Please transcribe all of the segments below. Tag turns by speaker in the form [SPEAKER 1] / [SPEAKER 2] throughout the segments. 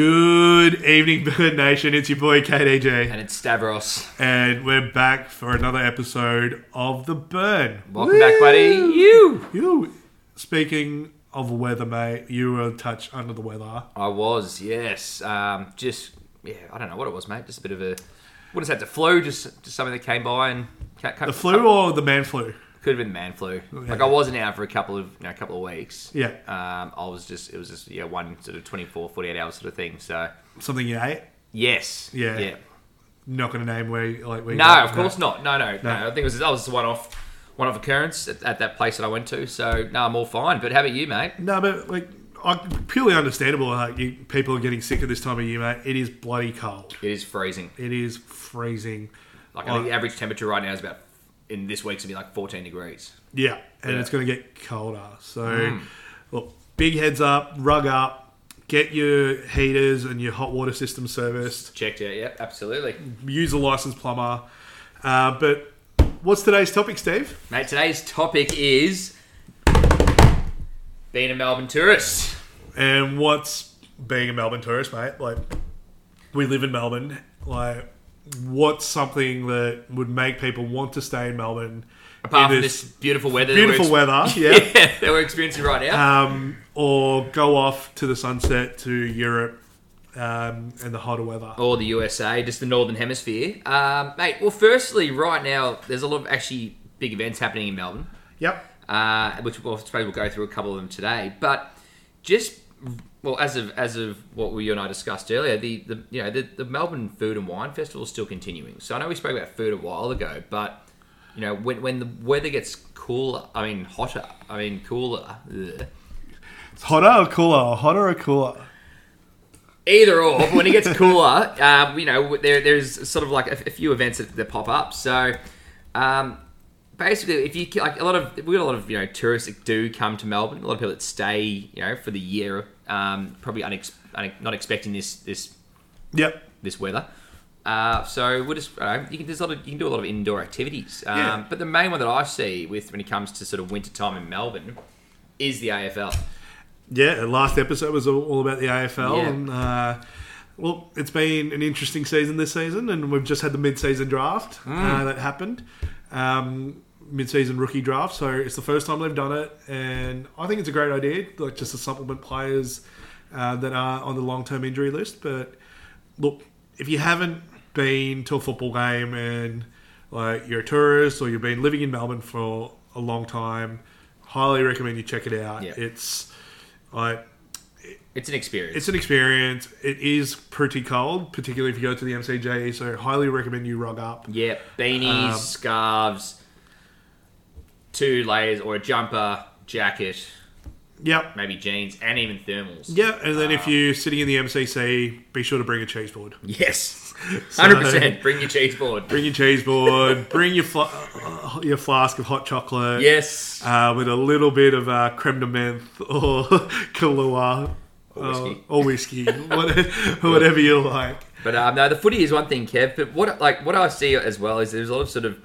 [SPEAKER 1] Good evening, Bird Nation. It's your boy KDJ,
[SPEAKER 2] And it's Stavros.
[SPEAKER 1] and we're back for another episode of The Burn.
[SPEAKER 2] Welcome back, buddy. You.
[SPEAKER 1] You, speaking of weather, mate, you were a touch under the weather.
[SPEAKER 2] I was, yes. Um, just yeah, I don't know what it was, mate. Just a bit of a what is that? The flu, just just something that came by and ca- ca-
[SPEAKER 1] The flu or the man flu?
[SPEAKER 2] could have been the man flu. Like I wasn't out for a couple of you know, a couple of weeks.
[SPEAKER 1] Yeah.
[SPEAKER 2] Um, I was just it was just yeah one sort of 24, 48 hours sort of thing. So
[SPEAKER 1] Something you ate?
[SPEAKER 2] yes,
[SPEAKER 1] Yeah.
[SPEAKER 2] yeah.
[SPEAKER 1] Not going to name where, you- like, where you
[SPEAKER 2] No,
[SPEAKER 1] got-
[SPEAKER 2] of course not. No, no, no.
[SPEAKER 1] No.
[SPEAKER 2] I think it was that was one off, one off occurrence at, at that place that I went to. So no, I'm all fine. But how about you, mate?
[SPEAKER 1] No, but like, I, purely understandable. Like, you, people are getting sick at this time of year, mate. It is bloody cold.
[SPEAKER 2] It is freezing.
[SPEAKER 1] It is freezing.
[SPEAKER 2] Like I think the average temperature right now is about in this week's gonna be like 14 degrees.
[SPEAKER 1] Yeah, and
[SPEAKER 2] Yeah. Mm.
[SPEAKER 1] it's going to get colder. So, look, big heads up, rug up, get your heaters and your hot water system serviced.
[SPEAKER 2] Checked out. Yep, absolutely,
[SPEAKER 1] Use a licensed plumber. Uh, but what's today's topic, Steve?
[SPEAKER 2] mate. Today's topic is being a Melbourne tourist.
[SPEAKER 1] And what's being a Melbourne tourist, mate? Like, we live in Melbourne. Like, what's something that would make people want to stay in Melbourne?
[SPEAKER 2] Apart
[SPEAKER 1] in
[SPEAKER 2] from this beautiful weather, that we're
[SPEAKER 1] beautiful
[SPEAKER 2] ex-
[SPEAKER 1] weather, yeah.
[SPEAKER 2] yeah, Uh. that we're experiencing right now.
[SPEAKER 1] um, or go off to the sunset to Europe um, and the hotter weather.
[SPEAKER 2] or the USA, just the Northern Hemisphere. Um, mate, well, firstly, right now, there's a lot of actually big events happening in Melbourne,
[SPEAKER 1] Yep.
[SPEAKER 2] uh, which well, I suppose we'll go through a couple of them today. But just, well, as of as of what you and I discussed earlier, the, the you know the, the Melbourne Food and Wine Festival is still continuing. So I know we spoke about food a while ago, but you know when, when the weather gets cooler, I mean hotter, I mean cooler, ugh.
[SPEAKER 1] It's hotter or cooler? Hotter or cooler?
[SPEAKER 2] Either or, but when it gets cooler, um, you know, there, there's sort of like a, a few events that, that pop up. So, um, basically, if you like a lot of we got a lot of you know tourists that do come to Melbourne, a lot of people that stay you know for the year, um, probably unex- une- not expecting this this
[SPEAKER 1] Yep.
[SPEAKER 2] this weather. Uh, so we'll just uh, you can there's a lot of, you can do a lot of indoor activities. Um,
[SPEAKER 1] Yeah.
[SPEAKER 2] But the main one that I see with when it comes to sort of winter time in Melbourne is the AFL.
[SPEAKER 1] Yeah, the last episode was all all about the AFL.
[SPEAKER 2] Yeah.
[SPEAKER 1] And, uh, well, it's been an interesting season this season, and we've just had the mid season draft uh, that happened. Um, mid season rookie draft. So it's the first time they've done it, and I think it's a great idea, like just to supplement players uh, that are on the long term injury list. But look, if you haven't been to a football game and like you're a tourist or you've been living in Melbourne for a long time, highly recommend you check it out.
[SPEAKER 2] Yeah.
[SPEAKER 1] It's like
[SPEAKER 2] It's an experience.
[SPEAKER 1] it's an experience. It is pretty cold, particularly if you go to the MCG. So highly recommend you rug up.
[SPEAKER 2] Yeah, beanies,
[SPEAKER 1] Um,
[SPEAKER 2] scarves, two layers or a jumper, jacket,
[SPEAKER 1] Yep.
[SPEAKER 2] maybe jeans, and even thermals.
[SPEAKER 1] Yeah, and then if you're sitting in the MCC, be sure to bring a cheese board.
[SPEAKER 2] Yes. 100%. Bring your cheese board.
[SPEAKER 1] Bring your cheese board. bring your fla- uh, your flask of hot chocolate.
[SPEAKER 2] yes.
[SPEAKER 1] uh, with a little bit of uh, creme de menthe or Kahlua uh,
[SPEAKER 2] Or whiskey.
[SPEAKER 1] or whiskey, whatever, whatever you like.
[SPEAKER 2] But um, no, the footy is one thing, Kev. But what like what I see as well is there's a lot of sort of,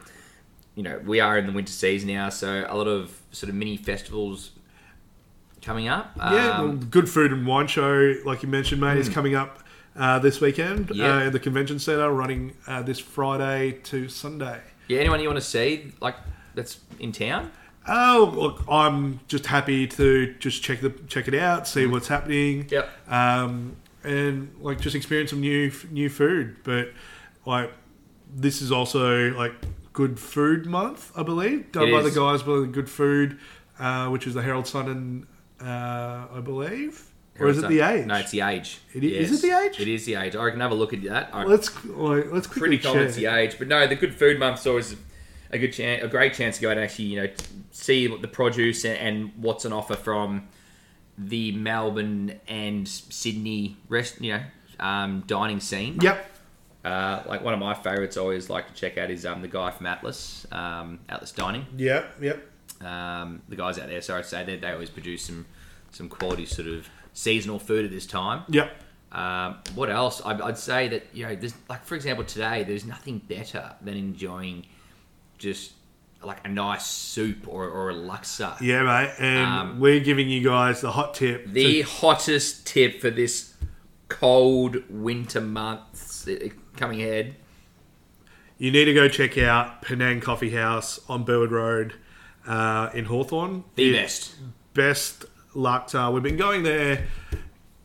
[SPEAKER 2] you know, we are in the winter season now, so a lot of sort of mini festivals coming up.
[SPEAKER 1] Yeah,
[SPEAKER 2] Um, Hmm.
[SPEAKER 1] well, good food and wine show, like you mentioned, mate, is coming up uh, this weekend
[SPEAKER 2] Yeah.
[SPEAKER 1] uh, at the convention centre, running uh, this Friday to Sunday.
[SPEAKER 2] yeah. Anyone you want to see like that's in town?
[SPEAKER 1] Oh, look, I'm just happy to just check the check it out, see what's happening.
[SPEAKER 2] Hmm. Yep.
[SPEAKER 1] um, and like just experience some new new food. But like this is also like Good Food Month, I believe, done
[SPEAKER 2] It
[SPEAKER 1] by
[SPEAKER 2] is.
[SPEAKER 1] the guys by the Good Food, uh, which is the Herald Sun, and uh, I believe, or is it the Age?
[SPEAKER 2] No, it's the age.
[SPEAKER 1] It i- is it the age?
[SPEAKER 2] It is the age. I can have a look at that. I'm
[SPEAKER 1] let's like, let's quickly
[SPEAKER 2] pretty
[SPEAKER 1] check.
[SPEAKER 2] confident it's the age, but no, the good food month's always a good chance, a great chance to go and actually you know t- see what the produce and, and what's on offer from the Melbourne and Sydney rest, you know, um, dining scene.
[SPEAKER 1] Yep.
[SPEAKER 2] Uh, like one of my favourites, I always like to check out is um, the guy from Atlas, um, Atlas Dining.
[SPEAKER 1] Yep. Yep.
[SPEAKER 2] Um, the guys out there, sorry to say, they, they always produce some some quality sort of seasonal food at this time.
[SPEAKER 1] Yep.
[SPEAKER 2] Um, what else? I'd, I'd say that you know, there's like for example today, there's nothing better than enjoying just like a nice soup or, or a laksa.
[SPEAKER 1] Yeah, mate. And
[SPEAKER 2] Um,
[SPEAKER 1] we're giving you guys the hot tip.
[SPEAKER 2] The hottest tip for this cold winter months eh, coming ahead.
[SPEAKER 1] you need to go check out Penang Coffee House on Burwood Road uh, in Hawthorn.
[SPEAKER 2] The
[SPEAKER 1] It's
[SPEAKER 2] best.
[SPEAKER 1] Best laksa. We've been going there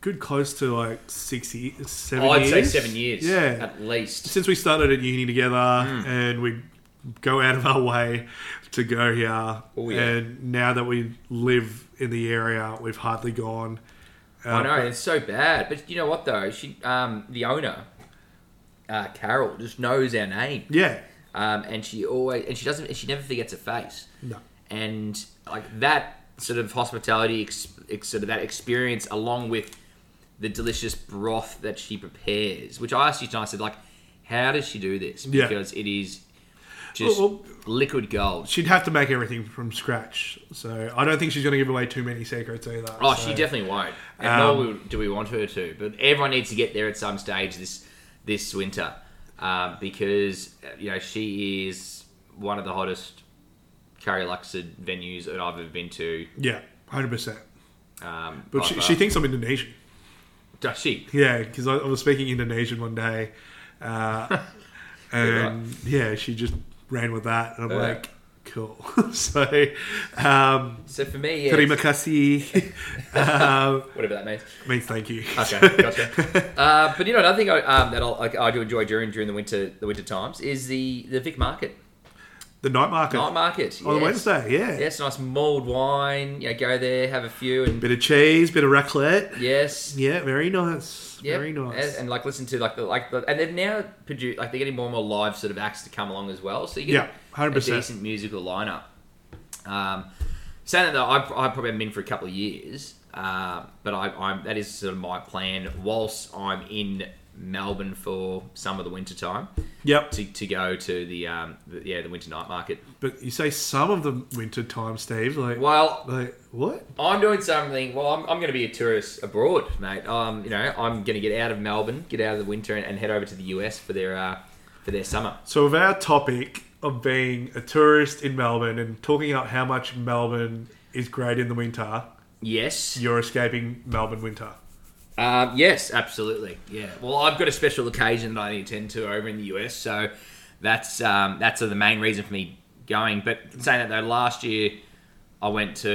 [SPEAKER 1] good close to like six ye- seven
[SPEAKER 2] I'd
[SPEAKER 1] years.
[SPEAKER 2] say seven years,
[SPEAKER 1] Yeah.
[SPEAKER 2] at Hmm. least.
[SPEAKER 1] Since we started at uni together and we go out of our way to go here.
[SPEAKER 2] Oh, yeah.
[SPEAKER 1] And now that we live in the area, we've hardly gone. Uh,
[SPEAKER 2] I know it's so bad, but you know what though? She, um, the owner, uh, Carol, just knows our name,
[SPEAKER 1] Yeah.
[SPEAKER 2] um, and she always and she doesn't and she never forgets a face.
[SPEAKER 1] No.
[SPEAKER 2] and like that sort of hospitality, ex- ex- sort of that experience, along with the delicious broth that she prepares, which I asked you tonight, I said like, how does she do this?
[SPEAKER 1] Yeah.
[SPEAKER 2] Because it is just
[SPEAKER 1] Well,
[SPEAKER 2] liquid gold.
[SPEAKER 1] She'd have to make everything from scratch. So I don't think she's going to give away too many secrets either.
[SPEAKER 2] Oh,
[SPEAKER 1] so-
[SPEAKER 2] she definitely won't. And
[SPEAKER 1] Um,
[SPEAKER 2] nor will- do we want her to. But everyone needs to get there at some stage this this winter um, because uh, you know she is one of the hottest curry luxed venues that I've ever been to.
[SPEAKER 1] Yeah, 100%.
[SPEAKER 2] Um,
[SPEAKER 1] But
[SPEAKER 2] by
[SPEAKER 1] she,
[SPEAKER 2] far.
[SPEAKER 1] she thinks I'm Indonesian.
[SPEAKER 2] does she?
[SPEAKER 1] Yeah, because I, I was speaking Indonesian one day, uh, and yeah, she just ran with that, and I'm
[SPEAKER 2] Yeah.
[SPEAKER 1] like, cool. so, um,
[SPEAKER 2] So for me, yeah,
[SPEAKER 1] terima kasih um,
[SPEAKER 2] whatever that means.
[SPEAKER 1] means thank you.
[SPEAKER 2] Okay, gotcha. uh, but you know another thing I, um, that I'll, like, I do enjoy during during the winter the winter times is the the Vic Market
[SPEAKER 1] The night market
[SPEAKER 2] night market
[SPEAKER 1] on
[SPEAKER 2] yes.
[SPEAKER 1] Wednesday, yeah.
[SPEAKER 2] Yes, nice mulled wine. You know, go there, have a few, and
[SPEAKER 1] Bit of cheese, bit of raclette.
[SPEAKER 2] yes,
[SPEAKER 1] Yeah, very nice.
[SPEAKER 2] Yep.
[SPEAKER 1] Very nice.
[SPEAKER 2] And, and, like listen to like the like the, and they've now produced like they're getting more and more live sort of acts to come along as well. So you get
[SPEAKER 1] Yeah,
[SPEAKER 2] a
[SPEAKER 1] 100%.
[SPEAKER 2] decent musical lineup. Um, saying that though, I, I probably haven't been for a couple of years, uh, but I, I'm that is sort of my plan whilst I'm in Melbourne for some of the winter time
[SPEAKER 1] yep.
[SPEAKER 2] to, to go to the, um, the yeah the winter night market.
[SPEAKER 1] But you say some of the winter time, Steve. Like,
[SPEAKER 2] Well,
[SPEAKER 1] like what?
[SPEAKER 2] I'm doing something. Well, I'm, I'm going to be a tourist abroad, mate. Um, you know, I'm going to get out of Melbourne, get out of the winter, and, and head over to the US for their uh, for their summer.
[SPEAKER 1] So, of our topic of being a tourist in Melbourne and talking about how much Melbourne is great in the winter,
[SPEAKER 2] Yes.
[SPEAKER 1] you're escaping Melbourne winter.
[SPEAKER 2] Um, yes, absolutely. Yeah. Well, I've got a special occasion that I need to attend to over in the US, so that's um, that's the main reason for me going. But saying that though, last year I went to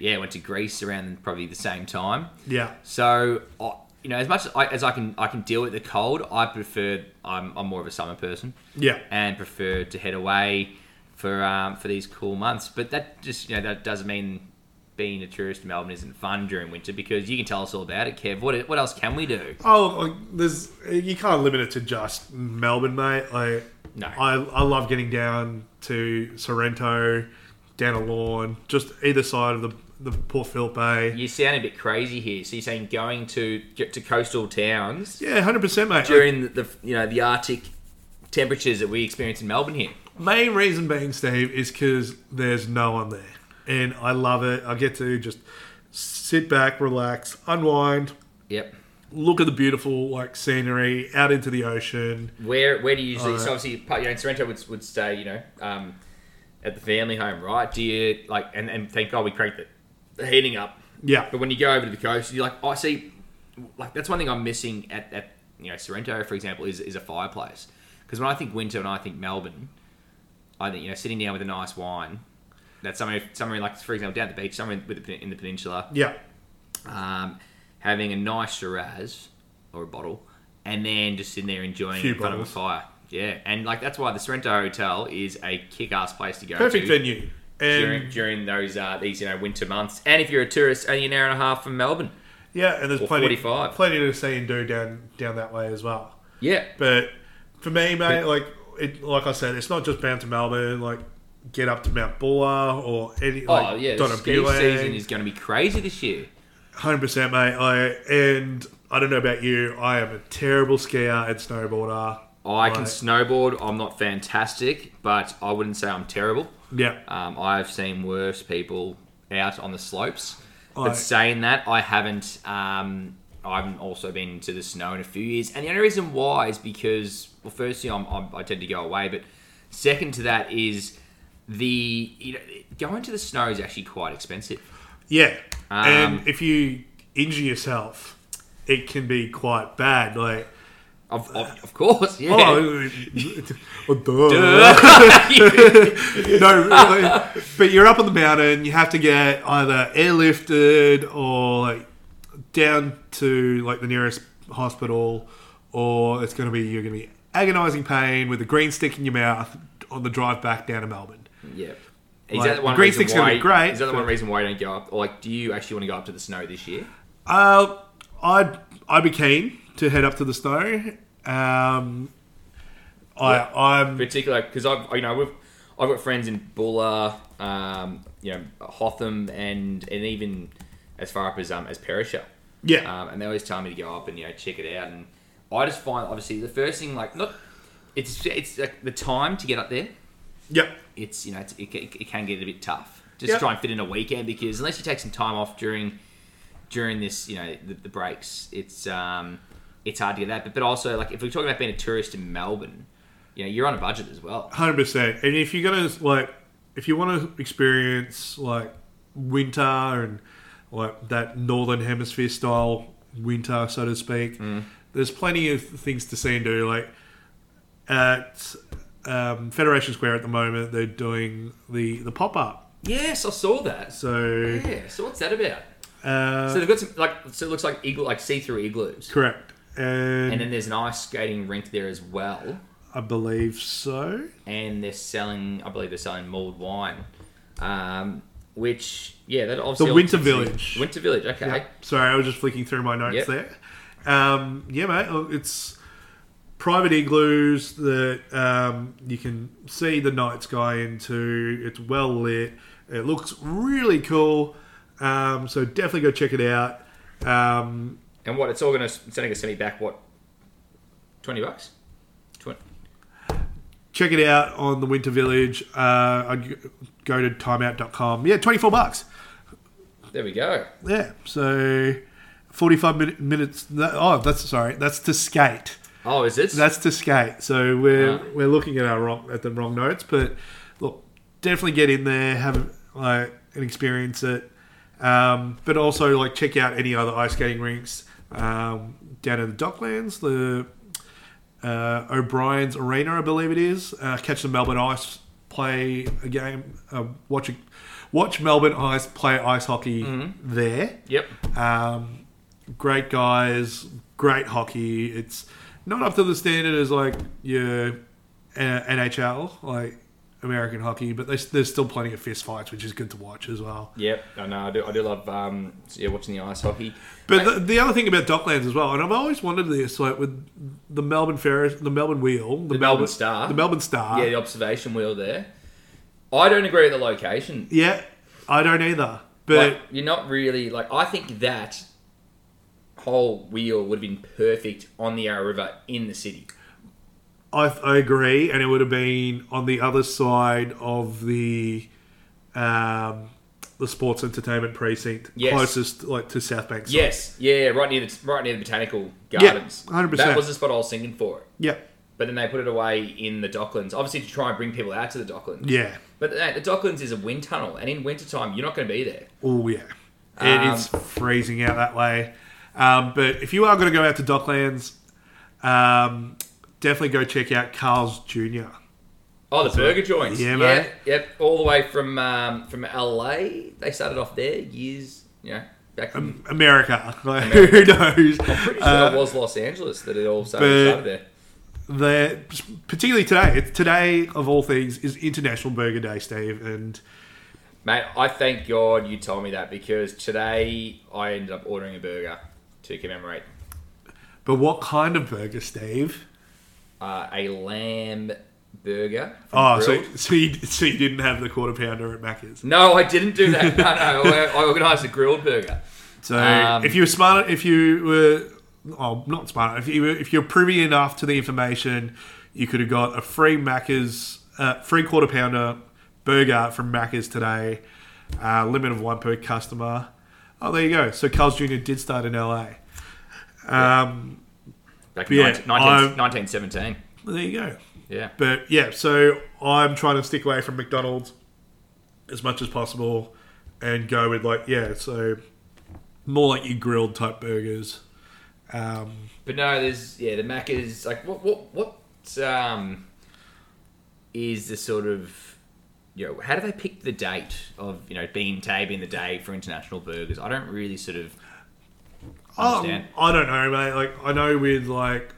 [SPEAKER 2] yeah went to Greece around probably the same time.
[SPEAKER 1] Yeah.
[SPEAKER 2] So, I, you know, as much as I, as I can, I can deal with the cold. I prefer. I'm, I'm more of a summer person,
[SPEAKER 1] Yeah.
[SPEAKER 2] and prefer to head away for um, for these cool months. But that just you know that doesn't mean being a tourist in Melbourne isn't fun during winter because you can tell us all about it, Kev. What what else can we do?
[SPEAKER 1] Oh, like, there's you can't limit it to just Melbourne, mate. Like,
[SPEAKER 2] No.
[SPEAKER 1] I I love getting down to Sorrento, down a lawn, just either side of the the Port Phillip Bay.
[SPEAKER 2] You sound a bit crazy here. So you're saying going to get to coastal towns
[SPEAKER 1] Yeah, hundred percent, mate. Like,
[SPEAKER 2] during the, the you know the Arctic temperatures that we experience in Melbourne here.
[SPEAKER 1] main reason being Steve is because there's no one there, and I love it. I get to just sit back, relax, unwind,
[SPEAKER 2] Yep.
[SPEAKER 1] look at the beautiful like scenery out into the ocean.
[SPEAKER 2] Where where do you usually?
[SPEAKER 1] Uh,
[SPEAKER 2] so obviously, part- you know, in Sorrento would, would stay, you know, um, at the family home, right? Do you like? And, and thank God we cranked the, the heating up.
[SPEAKER 1] Yeah,
[SPEAKER 2] But when you go over to the coast, you're like, I see, like that's one thing I'm missing at, at you know Sorrento, for example, is is a fireplace. Because when I think winter and I think Melbourne, I think you know sitting down with a nice wine. That's somewhere, somewhere like for example down at the beach, somewhere with the, in the peninsula,
[SPEAKER 1] yeah.
[SPEAKER 2] um, having a nice Shiraz or a bottle, and then just sitting there enjoying it
[SPEAKER 1] Few
[SPEAKER 2] in front of a
[SPEAKER 1] bottles.
[SPEAKER 2] fire. Yeah, and like that's why the Sorrento Hotel is a kick-ass place to go
[SPEAKER 1] Perfect
[SPEAKER 2] to
[SPEAKER 1] venue.
[SPEAKER 2] during
[SPEAKER 1] And
[SPEAKER 2] during those uh, these you know winter months. And if you're a tourist, only an hour and a half from Melbourne.
[SPEAKER 1] yeah, and there's
[SPEAKER 2] Or
[SPEAKER 1] plenty
[SPEAKER 2] 45.
[SPEAKER 1] plenty to see and do down down that way as well.
[SPEAKER 2] Yeah,
[SPEAKER 1] But for me, mate, like it, like I said, it's not just bound to Melbourne. Like get up to Mount Buller or any like
[SPEAKER 2] oh yeah, the ski
[SPEAKER 1] Donabulan.
[SPEAKER 2] season is going to be crazy this year.
[SPEAKER 1] Hundred percent, mate. I and I don't know about you. I am a terrible skier and snowboarder.
[SPEAKER 2] Oh, I can
[SPEAKER 1] Right.
[SPEAKER 2] snowboard. I'm not fantastic, but I wouldn't say I'm terrible.
[SPEAKER 1] Yeah,
[SPEAKER 2] Um, I've seen worse people out on the slopes.
[SPEAKER 1] I-
[SPEAKER 2] But saying that, I haven't. Um, I haven't also been to the snow in a few years, and the only reason why is because, well, firstly, I'm, I'm, I tend to go away, but second to that is the you know going to the snow is actually quite expensive.
[SPEAKER 1] yeah.
[SPEAKER 2] Um,
[SPEAKER 1] and if you injure yourself, it can be quite bad. Like,
[SPEAKER 2] Of, of, of course, yeah.
[SPEAKER 1] oh, oh, duh. no, like, but you're up on the mountain. You have to get either airlifted or like down to like the nearest hospital, or it's going to be you're going to be agonising pain with a green stick in your mouth on the drive back down to Melbourne.
[SPEAKER 2] yeah. Is
[SPEAKER 1] Like,
[SPEAKER 2] that the one
[SPEAKER 1] Green
[SPEAKER 2] reason
[SPEAKER 1] Stick's gonna
[SPEAKER 2] why?
[SPEAKER 1] be great,
[SPEAKER 2] Is that the
[SPEAKER 1] but-
[SPEAKER 2] one reason why you don't go up? Or like, do you actually want to go up to the snow this year?
[SPEAKER 1] Uh, I'd I'd be keen to head up to the snow. Um, I I'm
[SPEAKER 2] particular because I've you know we've, I've got friends in Bulla, um, you know Hotham, and and even as far up as um as Perisher.
[SPEAKER 1] Yeah.
[SPEAKER 2] um, and they always tell me to go up and you know check it out, and I just find obviously the first thing like not it's it's like the time to get up there.
[SPEAKER 1] yep.
[SPEAKER 2] It's you know it's, it, ca- it can get a bit tough just
[SPEAKER 1] Yep.
[SPEAKER 2] to try and fit in a weekend because unless you take some time off during during this you know the, the breaks it's um it's hard to get that but, but also like if we're talking about being a tourist in Melbourne you know you're on a budget as well
[SPEAKER 1] Hundred percent. And if you're gonna like, if you want to experience like winter and like that northern hemisphere style winter, so to speak,
[SPEAKER 2] Mm.
[SPEAKER 1] there's plenty of things to see and do. Like at um, Federation Square at the moment, they're doing the the pop up.
[SPEAKER 2] Yes, I saw that.
[SPEAKER 1] So,
[SPEAKER 2] Yeah, so what's that about?
[SPEAKER 1] uh,
[SPEAKER 2] So they've got some like so it looks like igloo like see through igloos.
[SPEAKER 1] correct. And,
[SPEAKER 2] And then there's an ice skating rink there as well.
[SPEAKER 1] I believe so.
[SPEAKER 2] And they're selling I believe they're selling mulled wine. Um which yeah, that obviously
[SPEAKER 1] The Winter
[SPEAKER 2] obviously-
[SPEAKER 1] Village.
[SPEAKER 2] Winter Village, okay.
[SPEAKER 1] Yeah. Sorry, I was just flicking through my notes
[SPEAKER 2] Yep.
[SPEAKER 1] there. Um, yeah, mate, oh, it's private igloos that um, you can see the night sky into. It's well lit. It looks really cool. Um, so definitely go check it out. Um,
[SPEAKER 2] And what it's all gonna it's only gonna send me back what twenty bucks? Twenty
[SPEAKER 1] check it out on the Winter Village. Uh, I'd g- go to timeout.com. Yeah, 24 bucks.
[SPEAKER 2] there we go.
[SPEAKER 1] Yeah, so 45 minute, minutes. no, Oh, that's sorry. That's to skate.
[SPEAKER 2] Oh, is this?
[SPEAKER 1] That's to skate. So we're
[SPEAKER 2] Ah.
[SPEAKER 1] we're looking at our wrong at the wrong notes, but look, definitely get in there, have like and experience it, um, but also like check out any other ice skating rinks um, down in the Docklands, the uh, O'Brien's Arena, I believe it is. Uh, catch the Melbourne Ice play a game, uh, watch a, watch Melbourne Ice play ice hockey there.
[SPEAKER 2] yep.
[SPEAKER 1] Um, great guys, great hockey. It's not up to the standard as like your uh, NHL, like American hockey, but there's, there's still plenty of fist fights, which is good to watch as well.
[SPEAKER 2] Yep. I know, I do I do love um yeah, watching the ice hockey.
[SPEAKER 1] But the, the other thing about Docklands as well, and I've always wondered this, like with the Melbourne Ferris, the Melbourne Wheel, the,
[SPEAKER 2] Melbourne Star.
[SPEAKER 1] the Melbourne Star.
[SPEAKER 2] Yeah, the observation wheel there. I don't agree with the location.
[SPEAKER 1] Yeah, I don't either. But
[SPEAKER 2] like, you're not really like I think that whole wheel would have been perfect on the Yarra River in the city.
[SPEAKER 1] I, I agree, and it would have been on the other side of the um, the sports entertainment precinct,
[SPEAKER 2] Yes.
[SPEAKER 1] closest like to South Bank. side.
[SPEAKER 2] Yes, yeah, right near the right near the botanical gardens.
[SPEAKER 1] 100%.
[SPEAKER 2] That was the spot I was thinking for it.
[SPEAKER 1] yeah,
[SPEAKER 2] But then they put it away in the Docklands, obviously to try and bring people out to the Docklands.
[SPEAKER 1] yeah,
[SPEAKER 2] But uh, the Docklands is a wind tunnel, and in wintertime, you're not going to be there.
[SPEAKER 1] oh yeah, it
[SPEAKER 2] Um,
[SPEAKER 1] is freezing out that way. Um, but if you are going to go out to Docklands, um, definitely go check out Carl's Jr.
[SPEAKER 2] Oh, the burger joints.
[SPEAKER 1] Yeah,
[SPEAKER 2] yep,
[SPEAKER 1] mate.
[SPEAKER 2] Yep, all the way from um, from LA. They started off there years, you know, back from
[SPEAKER 1] America, like, who knows?
[SPEAKER 2] Pretty sure
[SPEAKER 1] Um, Uh,
[SPEAKER 2] it was Los Angeles that it all
[SPEAKER 1] but-
[SPEAKER 2] started, started there.
[SPEAKER 1] the particularly today, it's today of all things is International Burger Day, Steve, and.
[SPEAKER 2] Mate, I thank God you told me that because today I ended up ordering a burger to commemorate
[SPEAKER 1] But what kind of burger, Steve?
[SPEAKER 2] uh, a lamb burger. from
[SPEAKER 1] Oh, so,
[SPEAKER 2] Grilled.
[SPEAKER 1] so, you, so you didn't have the quarter pounder at Macca's.
[SPEAKER 2] No, I didn't do that. No, no, I, I organised a grilled burger.
[SPEAKER 1] So
[SPEAKER 2] Um,
[SPEAKER 1] if you were smart, if you were, oh, not smart, if you were, if you're privy enough to the information, you could have got a free Macca's, uh, free quarter pounder burger from Macca's today. Uh, limit of one per customer. Oh, there you go. So Carl's Jr. did start in LA. Um,
[SPEAKER 2] Back in
[SPEAKER 1] Yeah,
[SPEAKER 2] 19, 19
[SPEAKER 1] I'm-
[SPEAKER 2] 1917.
[SPEAKER 1] There you go.
[SPEAKER 2] Yeah.
[SPEAKER 1] But yeah, so I'm trying to stick away from McDonald's as much as possible and go with like yeah, so more like your grilled type burgers. Um,
[SPEAKER 2] But no, there's yeah, the Mac is like what what what um is the sort of you know, how do they pick the date of you know being day being the day for international burgers? I don't really sort of
[SPEAKER 1] Um,
[SPEAKER 2] Understand.
[SPEAKER 1] I don't know, mate. Like I know with like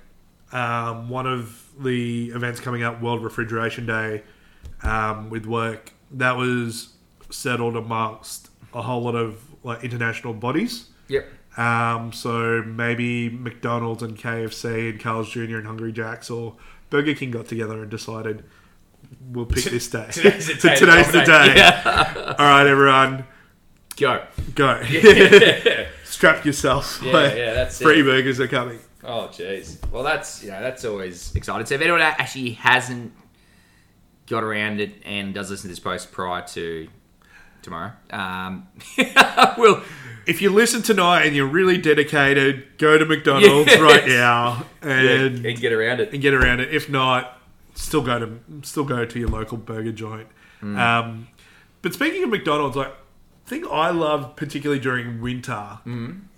[SPEAKER 1] um, one of the events coming up, World Refrigeration Day, um, with work that was settled amongst a whole lot of like international bodies.
[SPEAKER 2] yep
[SPEAKER 1] Um, so maybe McDonald's and KFC and Carl's Jr. and Hungry Jack's or Burger King got together and decided we'll pick this day.
[SPEAKER 2] today's the
[SPEAKER 1] So
[SPEAKER 2] day to
[SPEAKER 1] today's the
[SPEAKER 2] dominate.
[SPEAKER 1] day. All right, everyone,
[SPEAKER 2] go.
[SPEAKER 1] go. Strap yourself.
[SPEAKER 2] Yeah,
[SPEAKER 1] Like,
[SPEAKER 2] yeah, that's it.
[SPEAKER 1] Free burgers are coming.
[SPEAKER 2] Oh, jeez. Well, that's you know that's always exciting. So if anyone actually hasn't got around it and does listen to this post prior to tomorrow, um, we'll
[SPEAKER 1] If you listen tonight and you're really dedicated, go to McDonald's
[SPEAKER 2] Yes.
[SPEAKER 1] right now and
[SPEAKER 2] and get around it.
[SPEAKER 1] and get around it. If not, still go to still go to your local burger joint. Um, but speaking of McDonald's, like thing I love particularly during winter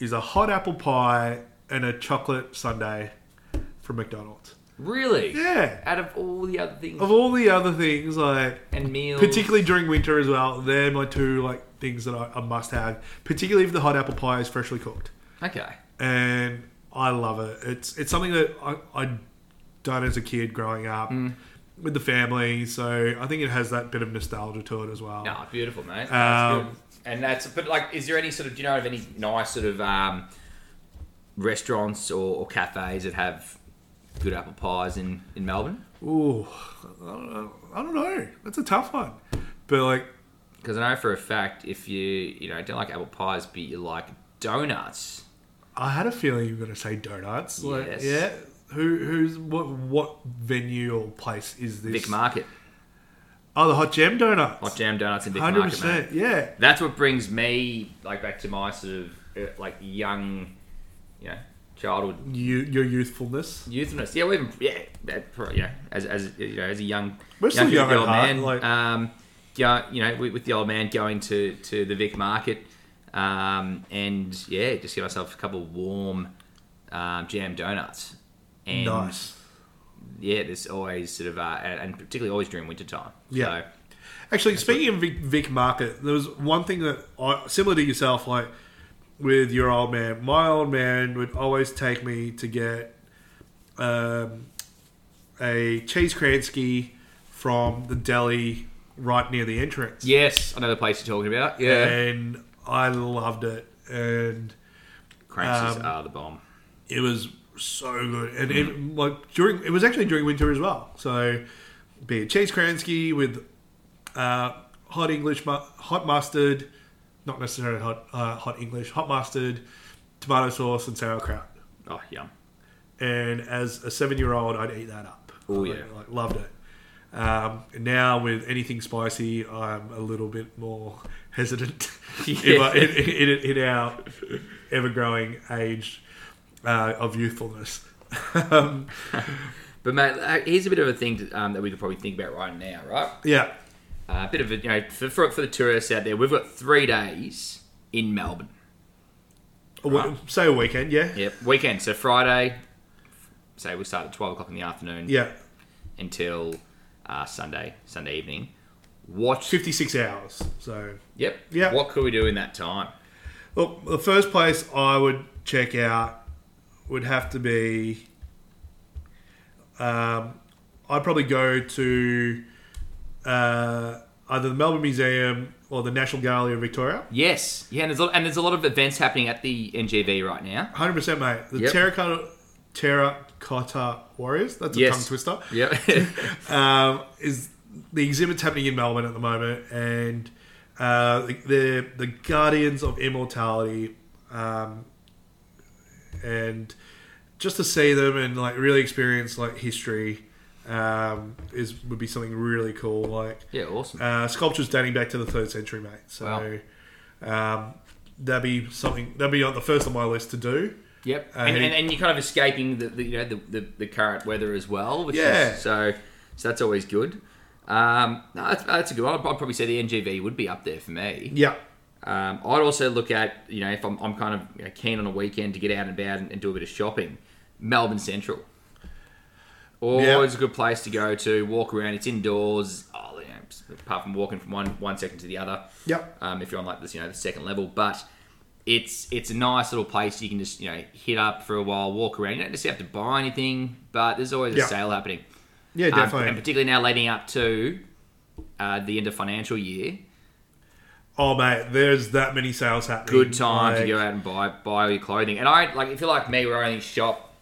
[SPEAKER 1] is a hot apple pie and a chocolate sundae from McDonald's.
[SPEAKER 2] Really?
[SPEAKER 1] Yeah.
[SPEAKER 2] Out of all the other things
[SPEAKER 1] Of all the other things, like
[SPEAKER 2] and meals,
[SPEAKER 1] particularly during winter as well, they're my two like things that I, I must have. Particularly if the hot apple pie is freshly cooked.
[SPEAKER 2] okay.
[SPEAKER 1] and I love it. It's it's something that I, I'd done as a kid growing up
[SPEAKER 2] Mm.
[SPEAKER 1] with the family, so I think it has that bit of nostalgia to it as well.
[SPEAKER 2] No, beautiful, mate.
[SPEAKER 1] Um,
[SPEAKER 2] that's good. And that's but like, is there any sort of do you know of any nice sort of um, restaurants or, or cafes that have good apple pies in in Melbourne?
[SPEAKER 1] Ooh, I don't, know. I don't know. That's a tough one, but like,
[SPEAKER 2] Because I know for a fact, if you you know don't like apple pies, but you like donuts,
[SPEAKER 1] I had a feeling you were going to say donuts. Like,
[SPEAKER 2] Yes.
[SPEAKER 1] Yeah. Who who's what what venue or place is this?
[SPEAKER 2] Vic Market,
[SPEAKER 1] Oh, the Hot Gem Donuts.
[SPEAKER 2] hot jam donuts in Vic
[SPEAKER 1] Hundred
[SPEAKER 2] Market, mate.
[SPEAKER 1] percent. Yeah.
[SPEAKER 2] That's what brings me like back to my sort of uh, like young, you know, childhood
[SPEAKER 1] You, your youthfulness.
[SPEAKER 2] youthfulness. Yeah, we even yeah, that pro- yeah. As as you know, as a young,
[SPEAKER 1] We're still young
[SPEAKER 2] good
[SPEAKER 1] at
[SPEAKER 2] old
[SPEAKER 1] heart,
[SPEAKER 2] man,
[SPEAKER 1] like-
[SPEAKER 2] um, yeah, you know, with, with the old man going to to the Vic Market, um, and yeah, just give myself a couple warm um, jam donuts. And
[SPEAKER 1] Nice.
[SPEAKER 2] Yeah, there's always sort of, uh, and and particularly always during winter time.
[SPEAKER 1] Yeah.
[SPEAKER 2] So,
[SPEAKER 1] Actually, speaking of Vic, Vic Market, there was one thing that I, similar to yourself, like with your old man. My old man would always take me to get um, a cheese Kransky from the deli right near the entrance.
[SPEAKER 2] yes, I know the place you're talking about. Yeah,
[SPEAKER 1] and I loved it, and
[SPEAKER 2] Cranks
[SPEAKER 1] Um,
[SPEAKER 2] are the bomb.
[SPEAKER 1] it was so good. And it, like during, it was actually during winter as well. So, be it cheese Kransky with uh, hot English, mu- hot mustard, not necessarily hot uh, hot English, hot mustard, tomato sauce, and sauerkraut.
[SPEAKER 2] Oh, yum.
[SPEAKER 1] And as a seven year old, I'd eat that up.
[SPEAKER 2] Oh,
[SPEAKER 1] Like-
[SPEAKER 2] yeah.
[SPEAKER 1] like, loved it. Um, and now with anything spicy, I'm a little bit more hesitant in, my, in, in, in our ever growing age uh, of youthfulness. um,
[SPEAKER 2] But mate, uh, here's a bit of a thing um, that we could probably think about right now, right?
[SPEAKER 1] yeah,
[SPEAKER 2] Uh, a bit of a, you know, for, for, for the tourists out there, we've got three days in Melbourne.
[SPEAKER 1] A we-
[SPEAKER 2] Ah.
[SPEAKER 1] say a weekend. Yeah,
[SPEAKER 2] Yep. Weekend. So Friday, say we start at 12 o'clock in the afternoon
[SPEAKER 1] yeah,
[SPEAKER 2] until uh, Sunday, Sunday evening. What,
[SPEAKER 1] fifty six hours. So
[SPEAKER 2] yep.
[SPEAKER 1] Yeah.
[SPEAKER 2] What could we do in that time?
[SPEAKER 1] Well, the first place I would check out would have to be. Um, I'd probably go to uh, either the Melbourne Museum or the National Gallery of Victoria.
[SPEAKER 2] Yes. Yeah. And there's a lot, and there's a lot of events happening at the NGV right now.
[SPEAKER 1] Hundred percent, mate. The
[SPEAKER 2] Yep.
[SPEAKER 1] terracotta, terracotta warriors. That's a
[SPEAKER 2] Yes.
[SPEAKER 1] tongue twister.
[SPEAKER 2] Yep.
[SPEAKER 1] um, is the exhibit's happening in Melbourne at the moment, and uh, the the Guardians of Immortality, um, and just to see them and like really experience like history um, is would be something really cool. Like
[SPEAKER 2] yeah. Awesome.
[SPEAKER 1] uh, sculptures dating back to the third century, mate. So um, that'd be something that'd be on the first on my list to do.
[SPEAKER 2] Yep,
[SPEAKER 1] Uh,
[SPEAKER 2] and,
[SPEAKER 1] he-
[SPEAKER 2] and, and you're kind of escaping the, the you know the, the, the current weather as well. Which
[SPEAKER 1] Yeah.
[SPEAKER 2] Is, so so that's always good. Um, no, that's, that's a good one. I'd, I'd probably say the NGV would be up there for me.
[SPEAKER 1] Yeah,
[SPEAKER 2] Um, I'd also look at, you know, if I'm, I'm kind of you know, keen on a weekend to get out and about and, and do a bit of shopping, Melbourne Central. Always
[SPEAKER 1] Yeah.
[SPEAKER 2] a good place to go to, walk around, it's indoors, oh, you know, apart from walking from one, one second to the other.
[SPEAKER 1] Yep.
[SPEAKER 2] Um, if you're on like this, you know, the second level, but it's it's a nice little place you can just you know hit up for a while, walk around. You don't necessarily have to buy anything, but there's always a
[SPEAKER 1] Yeah.
[SPEAKER 2] sale happening.
[SPEAKER 1] Yeah,
[SPEAKER 2] Um,
[SPEAKER 1] definitely.
[SPEAKER 2] and particularly now leading up to uh, the end of financial year,
[SPEAKER 1] oh mate, there's that many sales happening.
[SPEAKER 2] good time to
[SPEAKER 1] Like,
[SPEAKER 2] go out and buy buy all your clothing. And I like if you're like me, where I only shop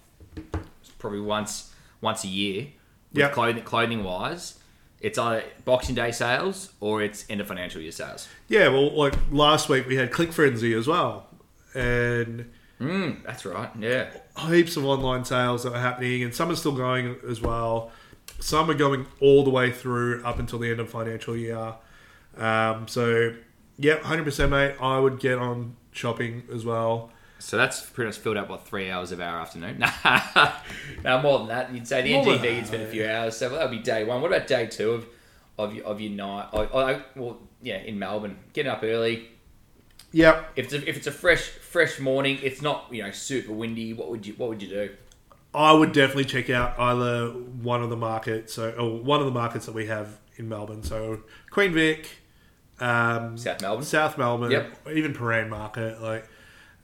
[SPEAKER 2] probably once once a year with
[SPEAKER 1] Yep.
[SPEAKER 2] clothing clothing wise. It's either Boxing Day sales or it's end of financial year sales.
[SPEAKER 1] Yeah, well, like last week we had Click Frenzy as well, and
[SPEAKER 2] Mm, that's right. Yeah.
[SPEAKER 1] heaps of online sales that are happening, and some are still going as well. Some are going all the way through up until the end of financial year. Um, so, yeah, hundred percent, mate. I would get on shopping as well.
[SPEAKER 2] So that's pretty much filled up what three hours of our afternoon. no, more than that. You'd say the
[SPEAKER 1] More than
[SPEAKER 2] NGD you'd
[SPEAKER 1] that,
[SPEAKER 2] spend a few hours. So that'd be day one. What about day two of of your, of your night? Oh, oh, well, yeah, in Melbourne, getting up early.
[SPEAKER 1] Yep,
[SPEAKER 2] If it's a, if it's a fresh fresh morning, it's not you know super windy. What would you what would you do?
[SPEAKER 1] I would definitely check out either one of the markets, so or one of the markets that we have in Melbourne. So Queen Vic, um,
[SPEAKER 2] South Melbourne,
[SPEAKER 1] South Melbourne,
[SPEAKER 2] Yep.
[SPEAKER 1] even Paran Market, like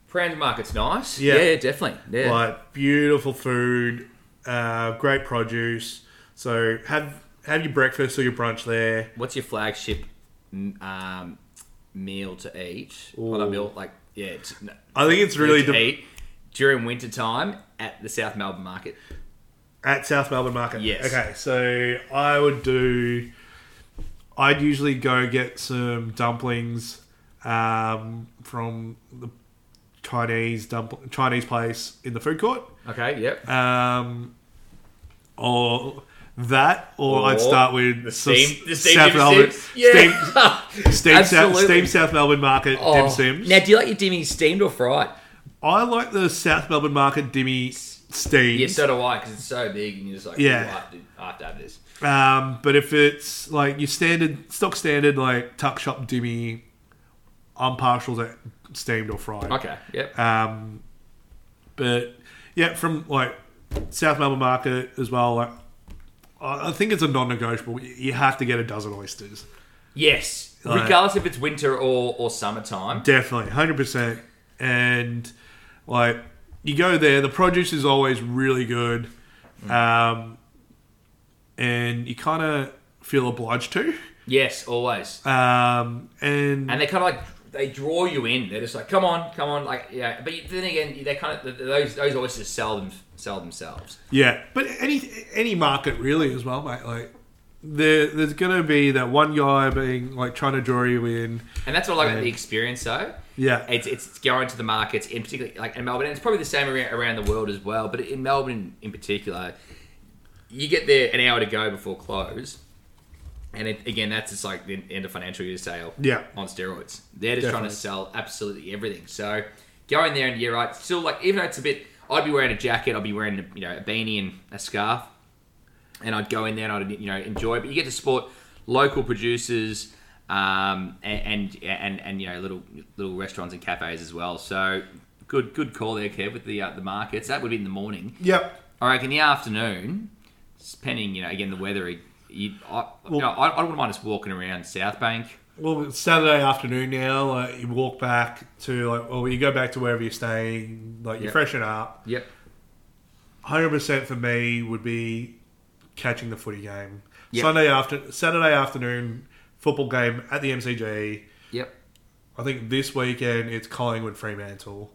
[SPEAKER 2] Prand Market's nice.
[SPEAKER 1] Yeah.
[SPEAKER 2] definitely. Yeah,
[SPEAKER 1] like beautiful food, uh, great produce. So have have your breakfast or your brunch there.
[SPEAKER 2] what's your flagship mm, um, meal to eat? Or not
[SPEAKER 1] Ooh.
[SPEAKER 2] meal like yeah, it's, no,
[SPEAKER 1] I think it's really
[SPEAKER 2] to
[SPEAKER 1] de-
[SPEAKER 2] eat during winter time at the South Melbourne Market.
[SPEAKER 1] at South Melbourne Market.
[SPEAKER 2] Yes.
[SPEAKER 1] Okay, so I would do. I'd usually go get some dumplings um, from the Chinese dump- Chinese place in the food court,
[SPEAKER 2] Okay. Yep.
[SPEAKER 1] um, or that, or,
[SPEAKER 2] Or
[SPEAKER 1] I'd start with
[SPEAKER 2] The
[SPEAKER 1] some
[SPEAKER 2] steam, the steam
[SPEAKER 1] South
[SPEAKER 2] dim
[SPEAKER 1] Melbourne
[SPEAKER 2] sims. Yeah.
[SPEAKER 1] steam, steam, South,
[SPEAKER 2] Absolutely.
[SPEAKER 1] steam South Melbourne Market
[SPEAKER 2] Oh.
[SPEAKER 1] dim sims.
[SPEAKER 2] Now, do you like your dimming steamed or fried?
[SPEAKER 1] I like the South Melbourne Market dimmy steam.
[SPEAKER 2] Yeah, so do I, because it's so big and you're just like,
[SPEAKER 1] Yeah.
[SPEAKER 2] "Ooh, I, have to, I have to have this.
[SPEAKER 1] Um, but if it's like your standard stock standard like tuck shop dimmy, I'm partial to steamed or fried.
[SPEAKER 2] Okay, yep.
[SPEAKER 1] Um, but yeah, from like South Melbourne Market as well. Like, I I think it's a non-negotiable. You- You have to get a dozen oysters.
[SPEAKER 2] yes.
[SPEAKER 1] Like-
[SPEAKER 2] Regardless if it's winter or, or summertime.
[SPEAKER 1] Definitely, hundred percent. And like you go there, the produce is always really good,
[SPEAKER 2] Mm.
[SPEAKER 1] um, and you kind of feel obliged to.
[SPEAKER 2] Yes, always.
[SPEAKER 1] Um, and,
[SPEAKER 2] And they kind of like, they draw you in. They're just like, come on, come on. Like, yeah. But then again, they kind of, those, those oysters sell, them, sell themselves.
[SPEAKER 1] yeah, but any any market really as well, mate. Like there, there's gonna be that one guy being like trying to draw you in.
[SPEAKER 2] And that's what I like about
[SPEAKER 1] Yeah.
[SPEAKER 2] the experience, though.
[SPEAKER 1] Yeah,
[SPEAKER 2] It's, it's going to the markets, in particular, like in Melbourne, and it's probably the same around, around the world as well. But in Melbourne, in particular, you get there an hour to go before close, and it, again, that's just like the end of financial year sale.
[SPEAKER 1] Yeah.
[SPEAKER 2] on steroids. They're just trying
[SPEAKER 1] Definitely.
[SPEAKER 2] to sell absolutely everything. So going there and yeah, right, still like even though it's a bit, I'd be wearing a jacket, I'd be wearing a, you know a beanie and a scarf, and I'd go in there and I'd you know enjoy. But you get to support local producers um, and, and and and you know little little restaurants and cafes as well. So good good call there, Kev, with the uh, the markets. That would be in the morning.
[SPEAKER 1] yep.
[SPEAKER 2] I reckon the afternoon, depending you know again the weather. You, I, you know, I, I wouldn't mind just walking around South Bank.
[SPEAKER 1] Well, it's Saturday afternoon now. Like you walk back to like, well, you go back to wherever you're staying. Like you
[SPEAKER 2] Yeah.
[SPEAKER 1] freshen up.
[SPEAKER 2] Yep.
[SPEAKER 1] Hundred percent for me would be catching the footy game.
[SPEAKER 2] Yeah.
[SPEAKER 1] Sunday after Saturday afternoon football game at the MCG.
[SPEAKER 2] Yep.
[SPEAKER 1] I think this weekend it's Collingwood Fremantle.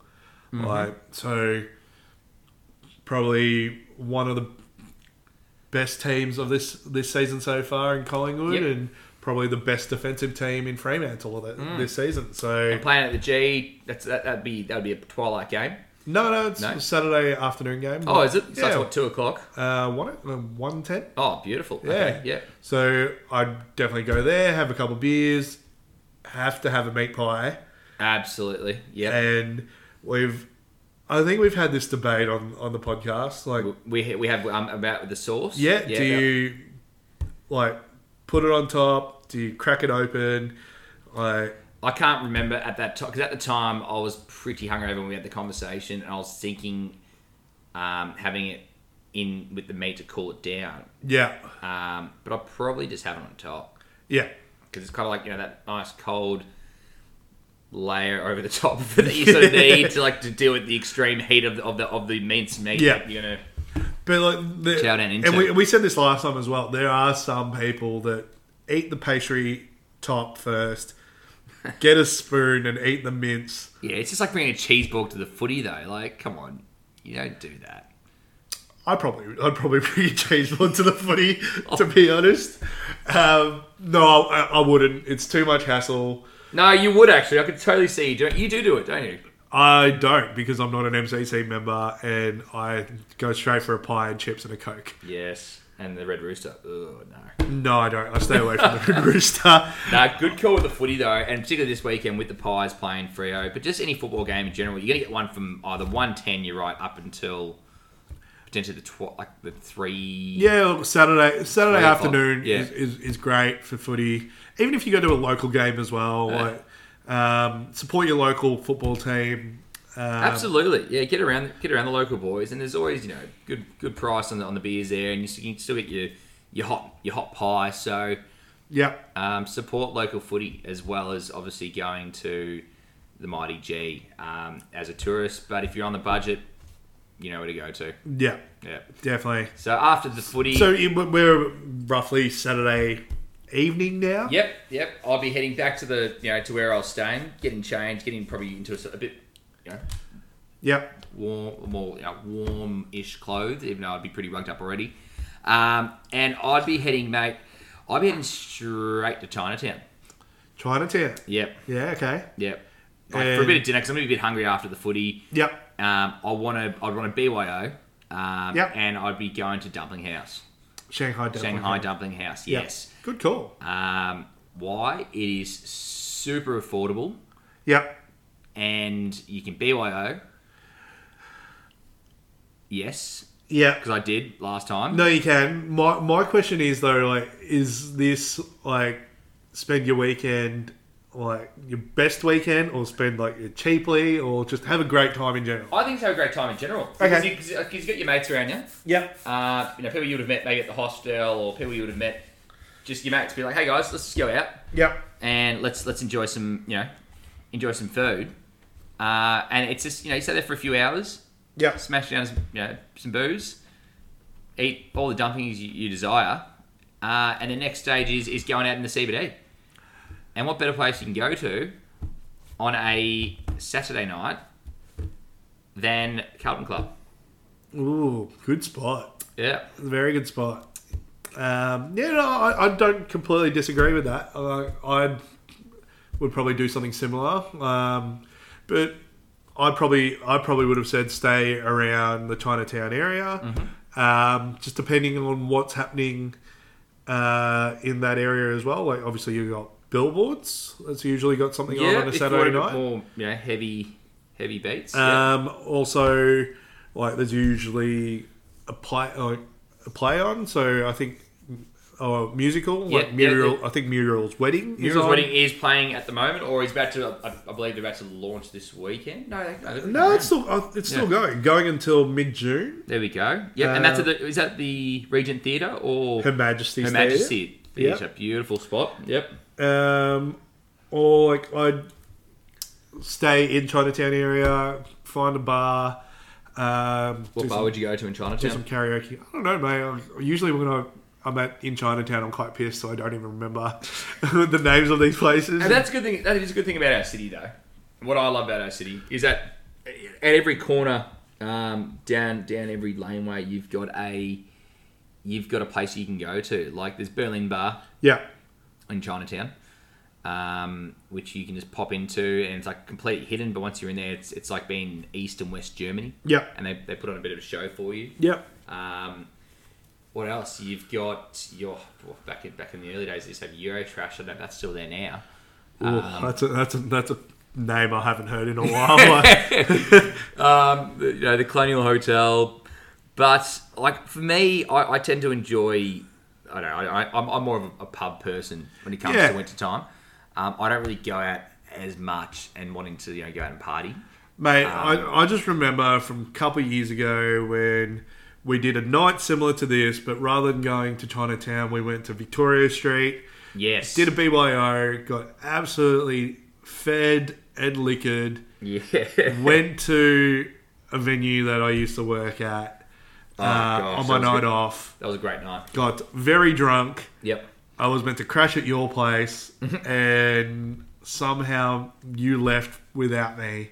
[SPEAKER 2] Mm-hmm.
[SPEAKER 1] Like so, probably one of the best teams of this this season so far in Collingwood,
[SPEAKER 2] Yep.
[SPEAKER 1] and probably the best defensive team in Fremantle th-
[SPEAKER 2] Mm.
[SPEAKER 1] this season. So
[SPEAKER 2] And playing at the G, that's that, that'd be that'd be a twilight game.
[SPEAKER 1] no, no, it's
[SPEAKER 2] No?
[SPEAKER 1] a Saturday afternoon game.
[SPEAKER 2] Oh, is it? So that's
[SPEAKER 1] yeah,
[SPEAKER 2] what two o'clock.
[SPEAKER 1] uh, one one ten.
[SPEAKER 2] Oh, beautiful. Yeah.
[SPEAKER 1] Yeah.
[SPEAKER 2] Okay. Yeah.
[SPEAKER 1] So I'd definitely go there, have a couple beers, have to have a meat pie.
[SPEAKER 2] Absolutely. Yeah.
[SPEAKER 1] and we've I think we've had this debate on on the podcast like
[SPEAKER 2] We we have um, about the sauce.
[SPEAKER 1] yeah, do you like put it on top do you crack it open like
[SPEAKER 2] I can't remember at that time because at the time I was pretty hungover when we had the conversation, and I was thinking um, having it in with the meat to cool it down.
[SPEAKER 1] Yeah.
[SPEAKER 2] Um, but I probably just have it on top
[SPEAKER 1] Yeah.
[SPEAKER 2] because it's kind of like you know that nice cold layer over the top that you sort of need to like to deal with the extreme heat of the of the, of the minced meat.
[SPEAKER 1] Yeah.
[SPEAKER 2] that you're gonna
[SPEAKER 1] But like, the,
[SPEAKER 2] Chow down into
[SPEAKER 1] and we,
[SPEAKER 2] it.
[SPEAKER 1] we said this last time as well. There are some people that eat the pastry top first, get a spoon and eat the mince.
[SPEAKER 2] yeah. It's just like bringing a cheeseburger to the footy though. Like, come on, you don't do that.
[SPEAKER 1] I probably, I'd probably bring a cheese one to the footy, to be honest. Um, no, I, I wouldn't. It's too much hassle.
[SPEAKER 2] No, you would actually. I could totally see you. Don't you do do it, don't you?
[SPEAKER 1] I don't because I'm not an MCC member and I go straight for a pie and chips and a coke.
[SPEAKER 2] Yes. And the red rooster. Oh no.
[SPEAKER 1] No, I don't. I stay away from the Red Rooster.
[SPEAKER 2] Nah, good call with the footy though, and particularly this weekend with the Pies playing Frio, but just any football game in general, you're gonna get one from either one ten, you're right, up until potentially the tw- like the three.
[SPEAKER 1] Yeah, look, Saturday Saturday
[SPEAKER 2] Three o'clock.
[SPEAKER 1] afternoon
[SPEAKER 2] Yeah.
[SPEAKER 1] is, is, is great for footy. Even if you go to a local game as well,
[SPEAKER 2] Yeah.
[SPEAKER 1] like um, support your local football team. Um,
[SPEAKER 2] Absolutely, yeah. Get around, get around the local boys, and there's always you know good good price on the on the beers there, and you, s- you can still get your your hot your hot pie. So
[SPEAKER 1] yeah,
[SPEAKER 2] Um, support local footy as well as obviously going to the Mighty G um, as a tourist. But if you're on the budget, you know where to go to.
[SPEAKER 1] yeah,
[SPEAKER 2] Yeah.
[SPEAKER 1] definitely.
[SPEAKER 2] So after the footy.
[SPEAKER 1] So it- we're roughly Saturday evening now.
[SPEAKER 2] yep, yep. I'll be heading back to the you know to where I was staying, getting changed, getting probably into a, s- a bit you know
[SPEAKER 1] Yep.
[SPEAKER 2] warm, more you know, warm-ish clothes, even though I'd be pretty rugged up already. Um, and I'd be heading, mate. I'd be heading straight to Chinatown.
[SPEAKER 1] Chinatown.
[SPEAKER 2] Yep,
[SPEAKER 1] Yeah. Okay.
[SPEAKER 2] yep. Like, for a
[SPEAKER 1] And-
[SPEAKER 2] bit of dinner, because I'm gonna be a bit hungry after the footy.
[SPEAKER 1] Yep.
[SPEAKER 2] Um, I want to. I'd want a BYO. Um,
[SPEAKER 1] Yep.
[SPEAKER 2] And I'd be going to Dumpling House,
[SPEAKER 1] Shanghai. Dumpling.
[SPEAKER 2] Shanghai Dumpling House.
[SPEAKER 1] Yep.
[SPEAKER 2] Yes.
[SPEAKER 1] Good call.
[SPEAKER 2] Um, why? It is super affordable,
[SPEAKER 1] Yep.
[SPEAKER 2] and you can BYO. Yes,
[SPEAKER 1] Yeah.
[SPEAKER 2] because I did last time.
[SPEAKER 1] No, you can. My my question is though, like, is this like spend your weekend like your best weekend, or spend like it cheaply, or just have a great time in general?
[SPEAKER 2] I think it's have a great time in general.
[SPEAKER 1] Okay.
[SPEAKER 2] Because you, have got your mates around you.
[SPEAKER 1] Yep.
[SPEAKER 2] Uh, you know, people you would have met maybe at the hostel, or people you would have met just your mates. Be like, hey guys, let's just go out.
[SPEAKER 1] Yep.
[SPEAKER 2] and let's let's enjoy some you know enjoy some food. Uh, and it's just you know you stay there for a few hours,
[SPEAKER 1] Yep.
[SPEAKER 2] smash down some, you know some booze, eat all the dumplings you, you desire, uh, and the next stage is is going out in the CBD. And what better place you can go to on a Saturday night than Carlton Club?
[SPEAKER 1] Ooh, good spot.
[SPEAKER 2] Yeah,
[SPEAKER 1] Very good spot. Um, yeah, no, I, I don't completely disagree with that. I, I would probably do something similar, um, but I probably I probably would have said stay around the Chinatown area,
[SPEAKER 2] Mm-hmm.
[SPEAKER 1] um, just depending on what's happening uh, in that area as well. Like obviously you got billboards. That's usually got something on
[SPEAKER 2] yeah.
[SPEAKER 1] on a
[SPEAKER 2] if you
[SPEAKER 1] Saturday
[SPEAKER 2] want a bit
[SPEAKER 1] night.
[SPEAKER 2] more you know heavy heavy beats. yeah.
[SPEAKER 1] Um, Also, like there's usually a play uh, a play on, so I think oh, a musical
[SPEAKER 2] Yeah,
[SPEAKER 1] like
[SPEAKER 2] yeah,
[SPEAKER 1] Muriel. I think Muriel's wedding. is
[SPEAKER 2] Muriel's
[SPEAKER 1] on.
[SPEAKER 2] Wedding is playing at the moment, or he's about to. I, I believe they're about to launch this weekend. No, they, no, they're-
[SPEAKER 1] No, it's still uh, it's still
[SPEAKER 2] Yeah.
[SPEAKER 1] going, going until mid June.
[SPEAKER 2] There we go. Yeah, and
[SPEAKER 1] Uh,
[SPEAKER 2] that's at the, is that the Regent Theatre or
[SPEAKER 1] Her Majesty's
[SPEAKER 2] Her
[SPEAKER 1] Theatre.
[SPEAKER 2] Majesty
[SPEAKER 1] Yep.
[SPEAKER 2] Theatre? Beautiful spot. Yep.
[SPEAKER 1] Um, or like I'd stay in Chinatown area, find a bar. Um,
[SPEAKER 2] What
[SPEAKER 1] do
[SPEAKER 2] bar
[SPEAKER 1] some-
[SPEAKER 2] would you go to in
[SPEAKER 1] do some
[SPEAKER 2] Chinatown?
[SPEAKER 1] karaoke. I don't know, mate. I'm, usually when I, I'm at in Chinatown, I'm quite pissed, so I don't even remember the names of these places.
[SPEAKER 2] And that's a good thing. That is a good thing about our city, though. What I love about our city is that at every corner, um, down down every laneway, you've got a you've got a place you can go to. Like there's Berlin Bar.
[SPEAKER 1] yeah,
[SPEAKER 2] in Chinatown, um, which you can just pop into, and it's like completely hidden. But once you're in there, it's, it's like being East and West Germany,
[SPEAKER 1] yeah,
[SPEAKER 2] and they, they put on a bit of a show for you.
[SPEAKER 1] yeah.
[SPEAKER 2] Um, what else? You've got your well, back in back in the early days, they used to have Eurotrash. I don't know if that's still there now.
[SPEAKER 1] Ooh,
[SPEAKER 2] Um,
[SPEAKER 1] that's a that's a that's a name I haven't heard in a while. Like,
[SPEAKER 2] um, the, you know, the Colonial Hotel. But like for me, I, I tend to enjoy. I don't know. I, I, I'm, I'm more of a pub person when it comes
[SPEAKER 1] Yeah.
[SPEAKER 2] to winter time. Um, I don't really go out as much and wanting to you know go out and party.
[SPEAKER 1] Mate,
[SPEAKER 2] Um,
[SPEAKER 1] I, I just remember from a couple of years ago when we did a night similar to this, but rather than going to Chinatown, we went to Victoria Street,
[SPEAKER 2] Yes,
[SPEAKER 1] did a BYO, got absolutely fed and liquored,
[SPEAKER 2] yeah.
[SPEAKER 1] went to a venue that I used to work at uh,
[SPEAKER 2] Ah, gosh,
[SPEAKER 1] on my
[SPEAKER 2] that was
[SPEAKER 1] night
[SPEAKER 2] good.
[SPEAKER 1] off,
[SPEAKER 2] That was a great night.
[SPEAKER 1] got very drunk.
[SPEAKER 2] Yep.
[SPEAKER 1] I was meant to crash at your place, and somehow you left without me,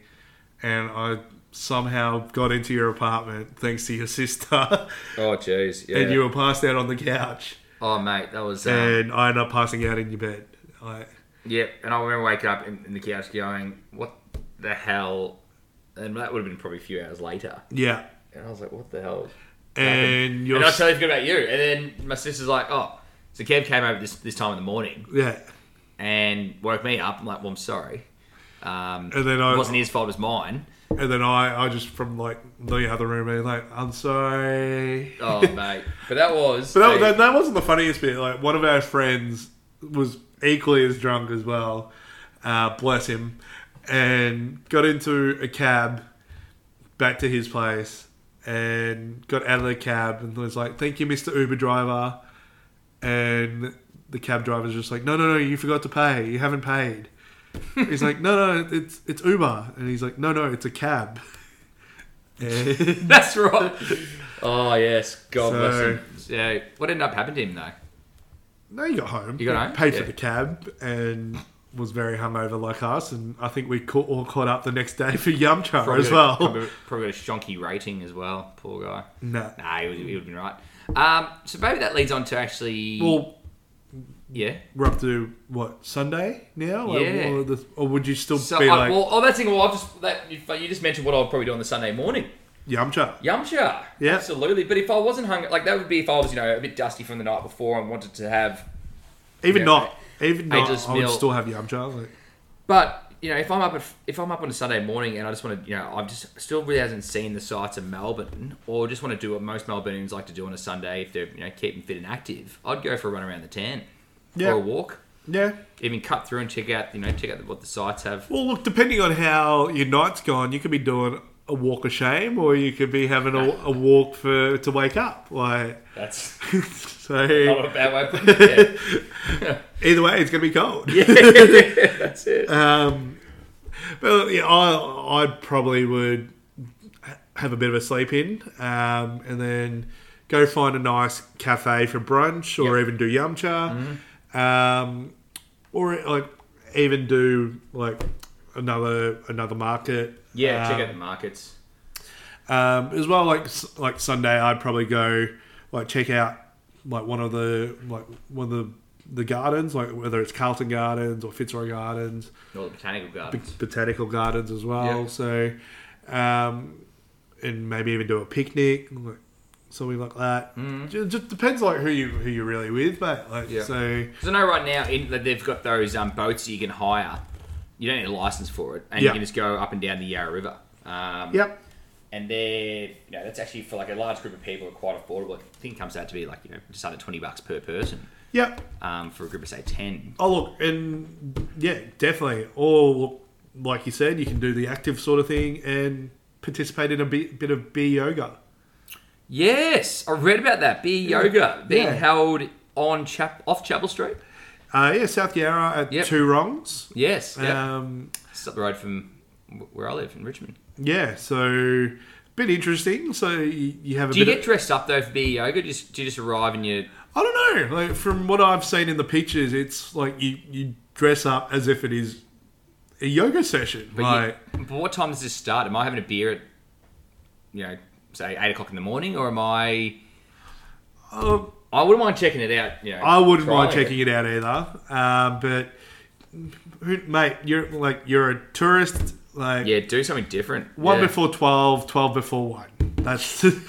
[SPEAKER 1] and I somehow got into your apartment thanks to your sister,
[SPEAKER 2] Oh jeez. Yeah.
[SPEAKER 1] and you were passed out on the couch,
[SPEAKER 2] oh mate, that was. Um,
[SPEAKER 1] and I ended up passing out in your bed. I,
[SPEAKER 2] Yep, and I remember waking up in, in the couch going, "What the hell?" And that would have been probably a few hours later.
[SPEAKER 1] yeah,
[SPEAKER 2] And I was like, "What the hell?"
[SPEAKER 1] and your
[SPEAKER 2] And I totally forgot about you. And then my sister's like, "Oh." So Kev came over this this time in the morning
[SPEAKER 1] yeah,
[SPEAKER 2] and woke me up. I'm like, "Well, I'm sorry." Um,
[SPEAKER 1] And then I-
[SPEAKER 2] it wasn't his fault; it was mine.
[SPEAKER 1] and then I, I just from like the other room, and like I'm sorry.
[SPEAKER 2] Oh, mate. But that was.
[SPEAKER 1] But that,
[SPEAKER 2] a-
[SPEAKER 1] that, that wasn't the funniest bit. Like one of our friends was equally as drunk as well, uh, bless him, and got into a cab back to his place and got out of the cab and was like, "Thank you, Mister Uber driver," and the cab driver's just like, "No, no, no, you forgot to pay. You haven't paid." he's like, "No, no, it's it's Uber," and he's like, "No, no, it's a cab." And-
[SPEAKER 2] That's right. Oh yes, God
[SPEAKER 1] So-
[SPEAKER 2] bless him. So, what ended up happening to him though?
[SPEAKER 1] No, you got home.
[SPEAKER 2] You got home?
[SPEAKER 1] Paid for
[SPEAKER 2] Yeah.
[SPEAKER 1] the cab and was very hungover like us. And I think we ca- all caught up the next day for Yamcha as well.
[SPEAKER 2] got a- probably, probably got a shonky rating as well. Poor guy.
[SPEAKER 1] No.
[SPEAKER 2] Nah, he would, he would have been right. Um, so maybe that leads on to actually.
[SPEAKER 1] Well,
[SPEAKER 2] yeah.
[SPEAKER 1] we're up to what Sunday now? Or-
[SPEAKER 2] Yeah.
[SPEAKER 1] Or, the- or would you still
[SPEAKER 2] So,
[SPEAKER 1] be
[SPEAKER 2] I,
[SPEAKER 1] like
[SPEAKER 2] well, oh, that's the thing. Well, I've just that you, you just mentioned what I'll probably do on the Sunday morning.
[SPEAKER 1] Yamcha?
[SPEAKER 2] Yamcha.
[SPEAKER 1] Yeah.
[SPEAKER 2] Absolutely. But if I wasn't hung, like that would be if I was, you know, a bit dusty from the night before and wanted to have.
[SPEAKER 1] Even
[SPEAKER 2] Yeah.
[SPEAKER 1] not, even
[SPEAKER 2] I
[SPEAKER 1] not,
[SPEAKER 2] just
[SPEAKER 1] I would
[SPEAKER 2] feel-
[SPEAKER 1] still have Yamcha. Like,
[SPEAKER 2] But you know, if I'm up at, if I'm up on a Sunday morning and I just want to, you know, I've just still really hasn't seen the sights of Melbourne, or just want to do what most Melbournians like to do on a Sunday if they're you know keeping fit and active. I'd go for a run around the town,
[SPEAKER 1] Yeah.
[SPEAKER 2] or a walk.
[SPEAKER 1] yeah.
[SPEAKER 2] even cut through and check out you know check out what the sites have.
[SPEAKER 1] Well, look, depending on how your night's gone, you could be doing a walk of shame, or you could be having a, a walk for to wake up. Like,
[SPEAKER 2] That's
[SPEAKER 1] so
[SPEAKER 2] not a bad way. Of putting it.
[SPEAKER 1] either way, it's gonna be cold.
[SPEAKER 2] Yeah. yeah, that's it.
[SPEAKER 1] Um, but yeah, I I probably would ha- have a bit of a sleep in, um, and then go find a nice cafe for brunch, or
[SPEAKER 2] Yep.
[SPEAKER 1] even do yamcha,
[SPEAKER 2] Mm-hmm.
[SPEAKER 1] um, or like even do like another another market.
[SPEAKER 2] Yeah,
[SPEAKER 1] um,
[SPEAKER 2] check out the markets.
[SPEAKER 1] um, as well, like s- like Sunday, I'd probably go like check out like one of the like one of the the gardens, like whether it's Carlton Gardens or Fitzroy Gardens
[SPEAKER 2] All the botanical gardens.
[SPEAKER 1] botanical gardens as well.
[SPEAKER 2] Yeah.
[SPEAKER 1] So, um, and maybe even do a picnic, like, something like that. Ju- Just depends like who you who you're really with, but like
[SPEAKER 2] Mm-hmm. Yeah.
[SPEAKER 1] so.
[SPEAKER 2] Because I know right now in, that they've got those um, boats that you can hire. You don't need a license for it, and
[SPEAKER 1] Yeah.
[SPEAKER 2] you can just go up and down the Yarra River. Um,
[SPEAKER 1] Yep.
[SPEAKER 2] And they're you know that's actually for like a large group of people quite affordable. I think it comes out to be like you know just under twenty bucks per person
[SPEAKER 1] Yep.
[SPEAKER 2] um, for a group of say ten.
[SPEAKER 1] Oh look, and yeah, definitely. Or look, like you said, you can do the active sort of thing and participate in a bit, bit of beer yoga.
[SPEAKER 2] Yes, I read about that. Beer yoga being
[SPEAKER 1] Yeah.
[SPEAKER 2] held on chap off Chapel Street.
[SPEAKER 1] Uh, yeah, South Yarra at
[SPEAKER 2] Yep.
[SPEAKER 1] Two Wrongs.
[SPEAKER 2] Yes, yeah.
[SPEAKER 1] Um,
[SPEAKER 2] It's up the road from wh- where I live in Richmond.
[SPEAKER 1] yeah, so bit interesting. So you, you have a
[SPEAKER 2] Do you
[SPEAKER 1] bit of-
[SPEAKER 2] get dressed up though for beer yoga? Just do you just arrive and you?
[SPEAKER 1] I don't know. Like from what I've seen in the pictures, it's like you you dress up as if it is a yoga session.
[SPEAKER 2] But,
[SPEAKER 1] like
[SPEAKER 2] you, but what time does this start? Am I having a beer at, you know, say eight o'clock in the morning, or am I?
[SPEAKER 1] uh,
[SPEAKER 2] I wouldn't mind checking it out. You know,
[SPEAKER 1] I wouldn't mind
[SPEAKER 2] trying
[SPEAKER 1] checking it out either. Um, but who- mate, you're like you're a tourist. Like
[SPEAKER 2] Yeah, do something different.
[SPEAKER 1] one
[SPEAKER 2] yeah.
[SPEAKER 1] before 12, 12 before one. That's that's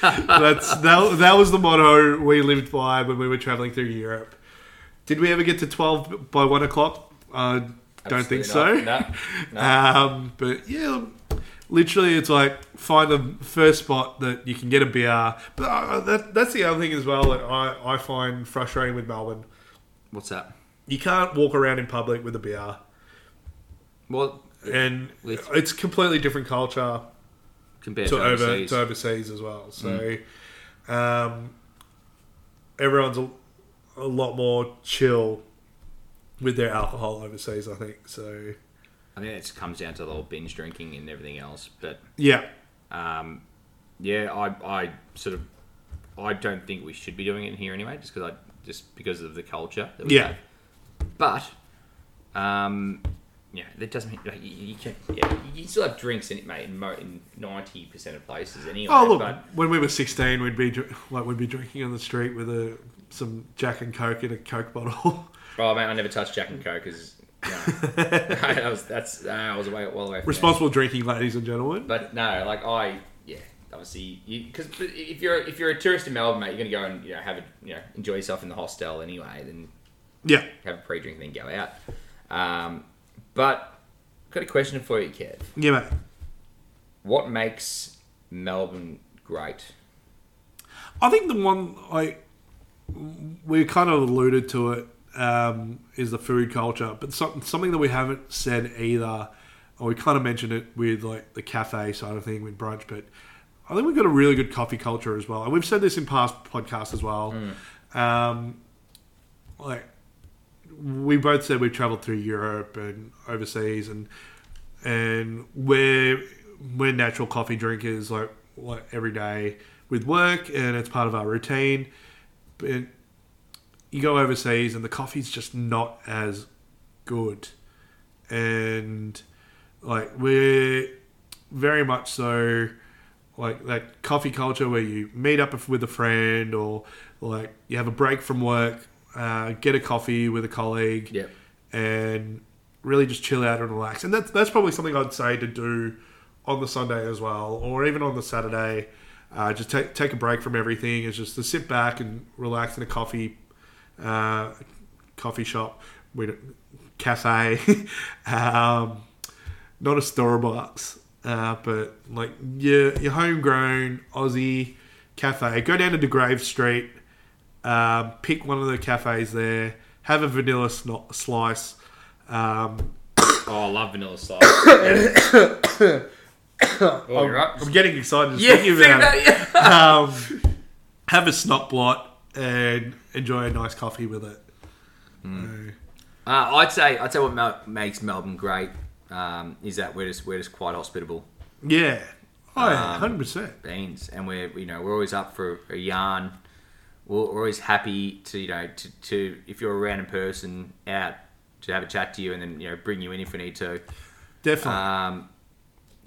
[SPEAKER 1] that, that was the motto we lived by when we were traveling through Europe. Did we ever get to twelve by one o'clock? I don't think so.
[SPEAKER 2] Absolutely not. No, no.
[SPEAKER 1] Um, but yeah, literally, it's like find the first spot that you can get a beer. But uh, that, that's the other thing as well that I, I find frustrating with Melbourne.
[SPEAKER 2] What's that?
[SPEAKER 1] You can't walk around in public with a beer.
[SPEAKER 2] Well,
[SPEAKER 1] and
[SPEAKER 2] With-
[SPEAKER 1] it's completely different culture
[SPEAKER 2] compared to,
[SPEAKER 1] to over
[SPEAKER 2] overseas. Mm.
[SPEAKER 1] to overseas as well. So um, everyone's a, a lot more chill with their alcohol overseas. I think so.
[SPEAKER 2] I mean, it comes down to the whole binge drinking and everything else. But
[SPEAKER 1] Yeah,
[SPEAKER 2] yeah, I, I sort of, I don't think we should be doing it here anyway, just because I, just because of the culture. That we
[SPEAKER 1] yeah.
[SPEAKER 2] have. But, um, yeah, that doesn't. Like, you, you can, yeah, you can still have drinks in it, mate. In mo- in ninety percent of places, anyway.
[SPEAKER 1] Oh look,
[SPEAKER 2] but,
[SPEAKER 1] when we were sixteen, we'd be dr- like we'd be drinking on the street with a some Jack and Coke in a Coke bottle.
[SPEAKER 2] oh man, I never touched Jack and Coke because. No, that was that's no, I was away well away. From that.
[SPEAKER 1] Responsible drinking, ladies and gentlemen.
[SPEAKER 2] But no, like I, yeah, obviously, because if you're if you're a tourist in Melbourne, mate, you're gonna go and you know have a you know enjoy yourself in the hostel anyway, then
[SPEAKER 1] Yeah,
[SPEAKER 2] have a pre-drink, and then go out. Um, but I've got a question for you, Kev.
[SPEAKER 1] yeah, mate.
[SPEAKER 2] What makes Melbourne great?
[SPEAKER 1] I think the one I we kind of alluded to it um, is the food culture, but something something that we haven't said either, or we kind of mentioned it with like the cafe side of thing with brunch, but I think we've got a really good coffee culture as well, and we've said this in past podcasts as well. Um, like we both said we've traveled through Europe and overseas, and and we're we're natural coffee drinkers like like every day with work, and it's part of our routine. But you go overseas, and the coffee's just not as good, and like we're very much so like that coffee culture where you meet up with a friend or like you have a break from work uh, get a coffee with a colleague
[SPEAKER 2] Yep.
[SPEAKER 1] and really just chill out and relax. And that's that's probably something I'd say to do on the Sunday as well, or even on the Saturday. Uh, just take take a break from everything. It's just to sit back and relax in a coffee uh, coffee shop, we don't- cafe, um, not a Starbucks, uh, but like your your homegrown Aussie cafe. Go down to De Grave Street um, pick one of the cafes there, have a vanilla sno- slice. Um,
[SPEAKER 2] Oh, I love vanilla slice. oh, you're right.
[SPEAKER 1] I'm getting excited just
[SPEAKER 2] yeah,
[SPEAKER 1] thinking
[SPEAKER 2] think
[SPEAKER 1] about
[SPEAKER 2] about-
[SPEAKER 1] it.
[SPEAKER 2] yeah.
[SPEAKER 1] Um, have a snot blot and enjoy a nice coffee with it. Uh,
[SPEAKER 2] Uh, I'd say I'd say what Mel- makes Melbourne great um, is that we're just we're just quite hospitable.
[SPEAKER 1] yeah. Oh, yeah,
[SPEAKER 2] Um,
[SPEAKER 1] 100%.
[SPEAKER 2] beans, and we're you know we're always up for a yarn. We're, we're always happy to you know to, to if you're a random person out to have a chat to you, and then you know bring you in if we need to.
[SPEAKER 1] Definitely.
[SPEAKER 2] Um,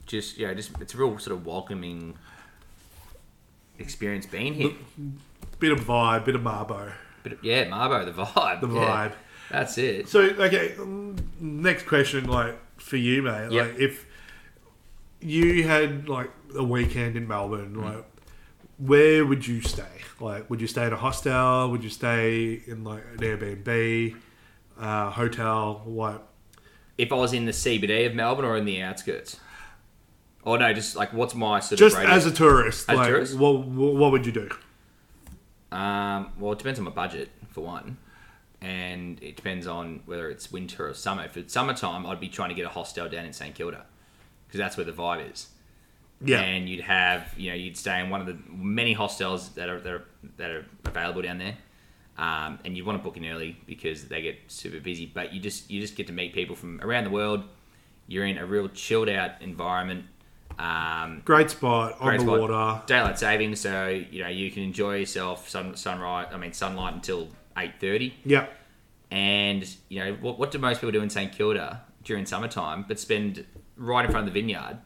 [SPEAKER 2] just you know, just it's a real sort of welcoming experience being here.
[SPEAKER 1] bit of vibe, bit of Marbo.
[SPEAKER 2] But yeah, Marbo, the vibe,
[SPEAKER 1] The
[SPEAKER 2] yeah.
[SPEAKER 1] vibe.
[SPEAKER 2] That's it.
[SPEAKER 1] So, okay, um, next question, like for you, mate.
[SPEAKER 2] Yep.
[SPEAKER 1] Like, if you had like a weekend in Melbourne,
[SPEAKER 2] Mm.
[SPEAKER 1] like, where would you stay? Like, would you stay at a hostel? Would you stay in like an Airbnb, uh, hotel? Like,
[SPEAKER 2] If I was in the CBD of Melbourne or in the outskirts, oh no, just like what's my sort
[SPEAKER 1] just
[SPEAKER 2] of radius?
[SPEAKER 1] as a tourist,
[SPEAKER 2] As a
[SPEAKER 1] like,
[SPEAKER 2] tourist?
[SPEAKER 1] What, what what would you do?
[SPEAKER 2] Um, well, it depends on my budget for one, and it depends on whether it's winter or summer. If it's summertime, I'd be trying to get a hostel down in St Kilda because that's where the vibe is.
[SPEAKER 1] Yeah,
[SPEAKER 2] And you'd have, you know, you'd stay in one of the many hostels that are that are, that are available down there, um, and you want to book in early because they get super busy. But you just you just get to meet people from around the world. You're in a real chilled out environment. Um,
[SPEAKER 1] great spot on
[SPEAKER 2] Great
[SPEAKER 1] the
[SPEAKER 2] spot.
[SPEAKER 1] water.
[SPEAKER 2] daylight saving, so you know you can enjoy yourself sun sunrise. I mean sunlight until eight thirty,
[SPEAKER 1] Yeah,
[SPEAKER 2] and you know what, what do most people do in St Kilda during summertime? But spend right in front of the vineyard,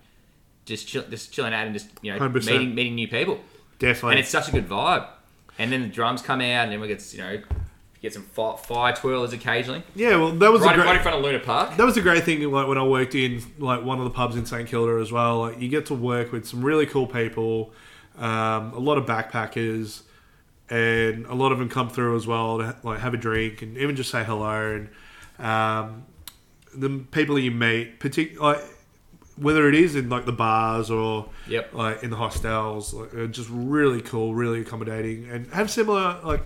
[SPEAKER 2] just chill, just chilling out and just you know
[SPEAKER 1] 100%.
[SPEAKER 2] meeting meeting new people,
[SPEAKER 1] definitely.
[SPEAKER 2] and it's such a good vibe. And then the drums come out, and then we get you know get some fire, fire twirlers occasionally,
[SPEAKER 1] yeah, well, that was a
[SPEAKER 2] right,
[SPEAKER 1] great.
[SPEAKER 2] right in front of Luna Park.
[SPEAKER 1] That was a great thing. Like when I worked in like one of the pubs in St Kilda as well. Like you get to work with some really cool people, um, a lot of backpackers, and a lot of them come through as well to like have a drink and even just say hello. And um, the people that you meet, partic- like whether it is in like the bars or
[SPEAKER 2] Yep.
[SPEAKER 1] like in the hostels, like, are just really cool, really accommodating, and have similar like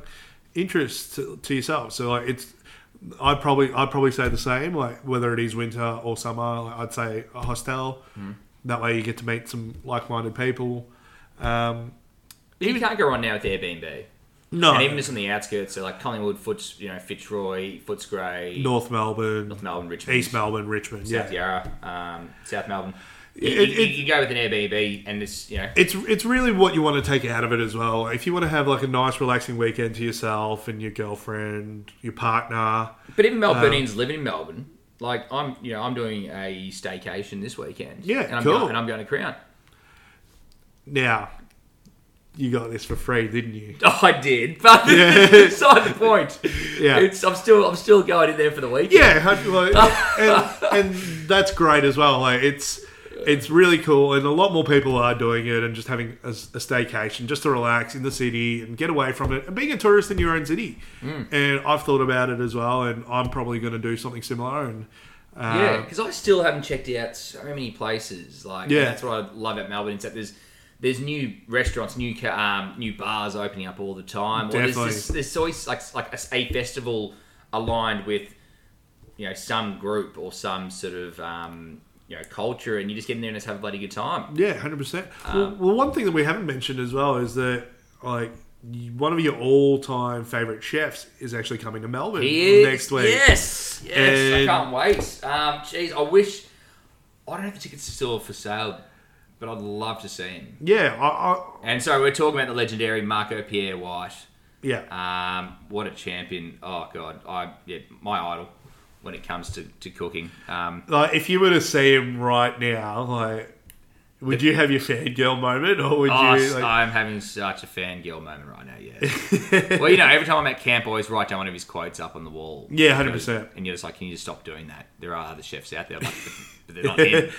[SPEAKER 1] interests to, to yourself. So like it's I probably I'd probably say the same. Like whether it is winter or summer, like I'd say a hostel.
[SPEAKER 2] Hmm.
[SPEAKER 1] That way you get to meet some like-minded people. Um,
[SPEAKER 2] But you can't go on now with Airbnb.
[SPEAKER 1] no,
[SPEAKER 2] And even just on the outskirts, so like Collingwood, Foots, you know, Fitzroy, Footscray,
[SPEAKER 1] North Melbourne,
[SPEAKER 2] North Melbourne, Richmond,
[SPEAKER 1] East Melbourne, Richmond.
[SPEAKER 2] South
[SPEAKER 1] Yeah,
[SPEAKER 2] Yarra, um, South Melbourne. You,
[SPEAKER 1] It-
[SPEAKER 2] you-
[SPEAKER 1] it-
[SPEAKER 2] you go with an Airbnb, and it's you know,
[SPEAKER 1] it's it's really what you want to take out of it as well. If you want to have like a nice, relaxing weekend to yourself and your girlfriend, your partner.
[SPEAKER 2] But even
[SPEAKER 1] Um,
[SPEAKER 2] Melburnians living in Melbourne, like I'm, you know, I'm doing a staycation this weekend.
[SPEAKER 1] Yeah,
[SPEAKER 2] and I'm
[SPEAKER 1] cool.
[SPEAKER 2] Going, and I'm going to Crown.
[SPEAKER 1] Now, you got this for free, didn't you?
[SPEAKER 2] Oh, I did, but
[SPEAKER 1] Yeah.
[SPEAKER 2] beside the point.
[SPEAKER 1] Yeah.
[SPEAKER 2] it's, I'm still, I'm still going in there for the weekend.
[SPEAKER 1] Yeah, hun- like, and, and that's great as well. Like it's it's really cool, and a lot more people are doing it and just having a, a staycation just to relax in the city and get away from it and being a tourist in your own city. And I've thought about it as well, and I'm probably going to do something similar. And uh,
[SPEAKER 2] Yeah, because I still haven't checked out so many places. Like,
[SPEAKER 1] Yeah.
[SPEAKER 2] and that's what I love about Melbourne. Is that there's there's new restaurants, new ca- um, new bars opening up all the time. Or there's,
[SPEAKER 1] Definitely.
[SPEAKER 2] this, there's always like like a, a festival aligned with you know some group or some sort of um, you know culture, and you just get in there and just have a bloody good time.
[SPEAKER 1] Yeah, hundred percent. Well,
[SPEAKER 2] Um,
[SPEAKER 1] well, one thing that we haven't mentioned as well is that like you- one of your all-time favorite chefs is actually coming to Melbourne
[SPEAKER 2] He is-
[SPEAKER 1] next week.
[SPEAKER 2] Yes, yes,
[SPEAKER 1] And-
[SPEAKER 2] I can't wait. Um, jeez, I wish I don't know if the tickets are still for sale, but I'd love to see him.
[SPEAKER 1] Yeah, I, I,
[SPEAKER 2] And so we're talking about the legendary Marco Pierre White.
[SPEAKER 1] yeah,
[SPEAKER 2] Um, what a champion! Oh god, I yeah, my idol when it comes to, to cooking. Um,
[SPEAKER 1] like if you were to see him right now, like. Would you have your fangirl moment, or would
[SPEAKER 2] oh,
[SPEAKER 1] you?
[SPEAKER 2] s-
[SPEAKER 1] Like,
[SPEAKER 2] I'm having such a fangirl moment right now. Yeah. well, you know, every time I'm at camp, I always write down one of his quotes up on the wall.
[SPEAKER 1] Yeah, 100%.
[SPEAKER 2] And you're just like, can you just stop doing that? There are other chefs out there, like, but, but they're not him.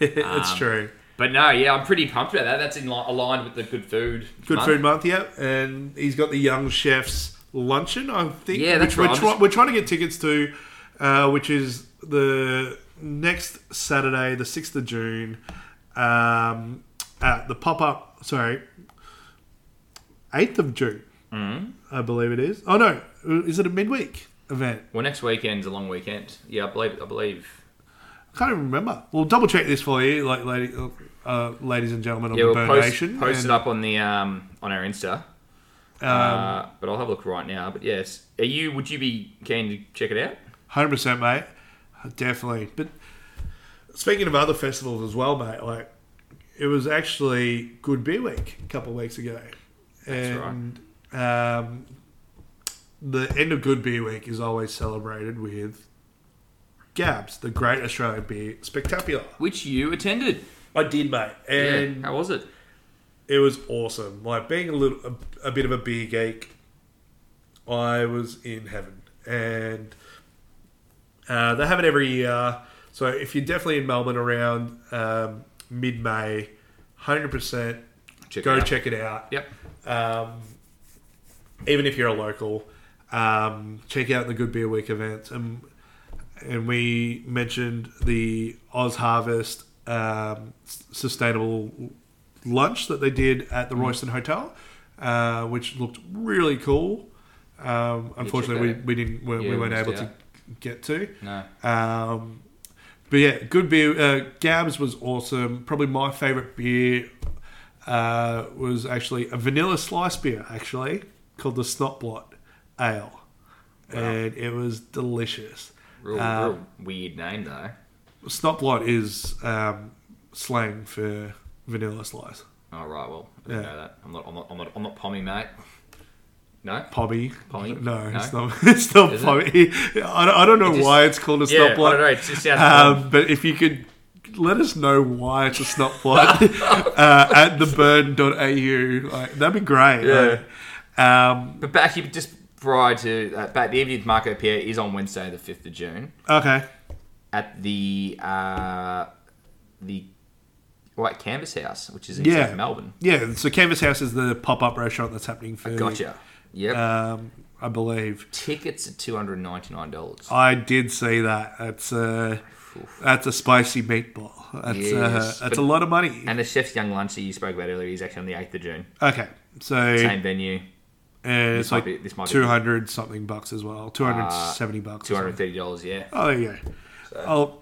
[SPEAKER 1] it's
[SPEAKER 2] Um,
[SPEAKER 1] true.
[SPEAKER 2] But no, yeah, I'm pretty pumped about that. That's in li- aligned with the good food.
[SPEAKER 1] Good
[SPEAKER 2] month.
[SPEAKER 1] food month, yeah, and he's got the young chefs luncheon. I think.
[SPEAKER 2] Yeah,
[SPEAKER 1] which
[SPEAKER 2] that's
[SPEAKER 1] we're
[SPEAKER 2] right.
[SPEAKER 1] try- we're trying to get tickets to, uh, which is the next Saturday, the sixth of June, um, at the pop up. Sorry, eighth of June,
[SPEAKER 2] Mm-hmm.
[SPEAKER 1] I believe it is. Oh no, is it a midweek event?
[SPEAKER 2] Well, next weekend's a long weekend. Yeah, I believe. I believe.
[SPEAKER 1] I can't even remember. We'll double check this for you, like lady, uh, ladies and gentlemen on
[SPEAKER 2] Yeah,
[SPEAKER 1] the
[SPEAKER 2] we'll
[SPEAKER 1] Burn
[SPEAKER 2] post,
[SPEAKER 1] Nation.
[SPEAKER 2] post it
[SPEAKER 1] and,
[SPEAKER 2] up on the um, on our Insta.
[SPEAKER 1] Um,
[SPEAKER 2] uh, but I'll have a look right now. But yes, are you? Would you be keen to check it out?
[SPEAKER 1] Hundred percent, mate. Definitely. But speaking of other festivals as well, mate, like it was actually Good Beer Week a couple of weeks ago, and um, the end of Good Beer Week is always celebrated with Gabs, the Great Australian Beer Spectacular.
[SPEAKER 2] Which you attended?
[SPEAKER 1] I did, mate, and
[SPEAKER 2] yeah. How was it?
[SPEAKER 1] it was awesome. Like being a little, a, a bit of a beer geek, I was in heaven, and uh, they have it every year. So if you're definitely in Melbourne around um, mid-May, hundred percent,
[SPEAKER 2] Check it
[SPEAKER 1] go
[SPEAKER 2] out.
[SPEAKER 1] check it out.
[SPEAKER 2] Yep.
[SPEAKER 1] Um, even if you're a local, um, check out the Good Beer Week events, and and we mentioned the Oz Harvest um, s- sustainable lunch that they did at
[SPEAKER 2] Mm.
[SPEAKER 1] the Royston Hotel, uh, which looked really cool. Um, unfortunately,
[SPEAKER 2] that out.
[SPEAKER 1] we, we didn't we,
[SPEAKER 2] Yeah,
[SPEAKER 1] we
[SPEAKER 2] we
[SPEAKER 1] weren't
[SPEAKER 2] missed
[SPEAKER 1] able
[SPEAKER 2] out.
[SPEAKER 1] to get to.
[SPEAKER 2] No.
[SPEAKER 1] Um, but yeah, good beer. Uh, Gabs was awesome. Probably my favourite beer uh, was actually a vanilla slice beer, actually called the Snotblot Ale, and it was delicious.
[SPEAKER 2] Real,
[SPEAKER 1] Uh,
[SPEAKER 2] real weird name though.
[SPEAKER 1] Snotblot is um, slang for vanilla slice.
[SPEAKER 2] All right. Well, I didn't
[SPEAKER 1] Yeah.
[SPEAKER 2] know that. I'm not. I'm not. I'm not. I'm not pommy, mate. No.
[SPEAKER 1] Pobby.
[SPEAKER 2] Pommy?
[SPEAKER 1] No,
[SPEAKER 2] No?
[SPEAKER 1] it's not. It's not
[SPEAKER 2] Is it?
[SPEAKER 1] Pobby. I don't, I don't know
[SPEAKER 2] It just-
[SPEAKER 1] why it's called a
[SPEAKER 2] Yeah. I don't know.
[SPEAKER 1] Snotblot.
[SPEAKER 2] It's just sounds.
[SPEAKER 1] Um, but if you could let us know why it's a snot plot uh, at theburn.au, like, that'd be great.
[SPEAKER 2] Yeah.
[SPEAKER 1] Like, um,
[SPEAKER 2] but back you just prior to uh, back the evening with Marco Pierre is on Wednesday the fifth of June.
[SPEAKER 1] okay.
[SPEAKER 2] at the uh, the White Canvas House, which is in
[SPEAKER 1] Yeah.
[SPEAKER 2] South Melbourne.
[SPEAKER 1] Yeah. So Canvas House is the pop up restaurant that's happening for.
[SPEAKER 2] Gotcha. Yep.
[SPEAKER 1] Um, I believe.
[SPEAKER 2] Tickets at two hundred ninety nine dollars.
[SPEAKER 1] I did see that. That's a, that's a spicy meatball. That's,
[SPEAKER 2] Yes,
[SPEAKER 1] uh, that's
[SPEAKER 2] but-
[SPEAKER 1] a lot of money.
[SPEAKER 2] And the chef's young lunch that you spoke about earlier is actually on the eighth of June.
[SPEAKER 1] Okay. So
[SPEAKER 2] Same venue.
[SPEAKER 1] and
[SPEAKER 2] This
[SPEAKER 1] it's
[SPEAKER 2] might
[SPEAKER 1] like
[SPEAKER 2] be- this might be- Uh,
[SPEAKER 1] two hundred something bucks as well, two hundred seventy bucks.
[SPEAKER 2] Two
[SPEAKER 1] or
[SPEAKER 2] hundred thirty dollars. Yeah.
[SPEAKER 1] something. Oh, there you go. Oh,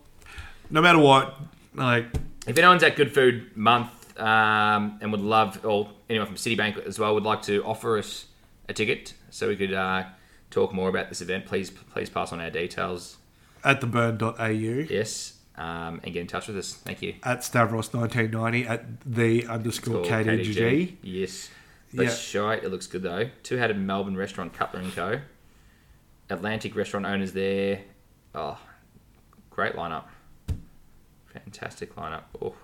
[SPEAKER 1] no matter what, like
[SPEAKER 2] If anyone's at Good Food Month um, and would love, or anyone from Citibank as well would like to offer us a ticket, so we could uh, talk more about this event, please please pass on our details.
[SPEAKER 1] at the burn.au.
[SPEAKER 2] Yes, um, and get in touch with us. Thank you.
[SPEAKER 1] at Stavros1990 at the underscore
[SPEAKER 2] Or
[SPEAKER 1] KDG.
[SPEAKER 2] KDG. Yes. But
[SPEAKER 1] Yeah.
[SPEAKER 2] shite, it looks good though. Two headed Melbourne restaurant, Cutler and Co. Atlantic restaurant owners there. Oh, great lineup. Fantastic lineup. Oh.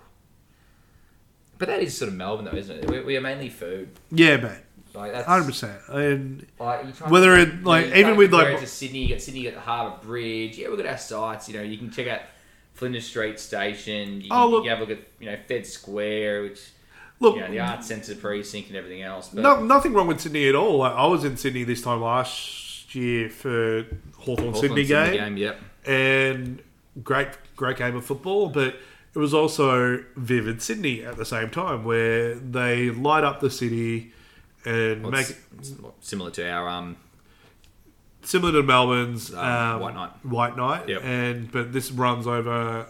[SPEAKER 2] But that is sort of Melbourne though, isn't it? We, we are mainly food.
[SPEAKER 1] Yeah, mate.
[SPEAKER 2] Like that's
[SPEAKER 1] 100%. And
[SPEAKER 2] like you try
[SPEAKER 1] Whether it,
[SPEAKER 2] you know,
[SPEAKER 1] like,
[SPEAKER 2] you
[SPEAKER 1] even
[SPEAKER 2] can't
[SPEAKER 1] with, like,
[SPEAKER 2] compare it to Sydney, you got Sydney, you got the Harbour Bridge. Yeah, we've got our sites. You know, you can check out Flinders Street Station. You,
[SPEAKER 1] Oh,
[SPEAKER 2] can-
[SPEAKER 1] look-
[SPEAKER 2] you can have a look at you know Fed Square, which
[SPEAKER 1] look,
[SPEAKER 2] you know the Arts Centre precinct and everything else. But
[SPEAKER 1] no, nothing wrong with Sydney at all. Like, I was in Sydney this time last year for Hawthorn
[SPEAKER 2] Auckland,
[SPEAKER 1] Sydney, game,
[SPEAKER 2] Yep.
[SPEAKER 1] and great, great game of football, but it was also vivid Sydney at the same time where they light up the city and
[SPEAKER 2] Well,
[SPEAKER 1] make
[SPEAKER 2] it's, it's similar to our um.
[SPEAKER 1] similar to Melbourne's
[SPEAKER 2] Um,
[SPEAKER 1] um,
[SPEAKER 2] White Night.
[SPEAKER 1] White Night,
[SPEAKER 2] Yep.
[SPEAKER 1] and but this runs over,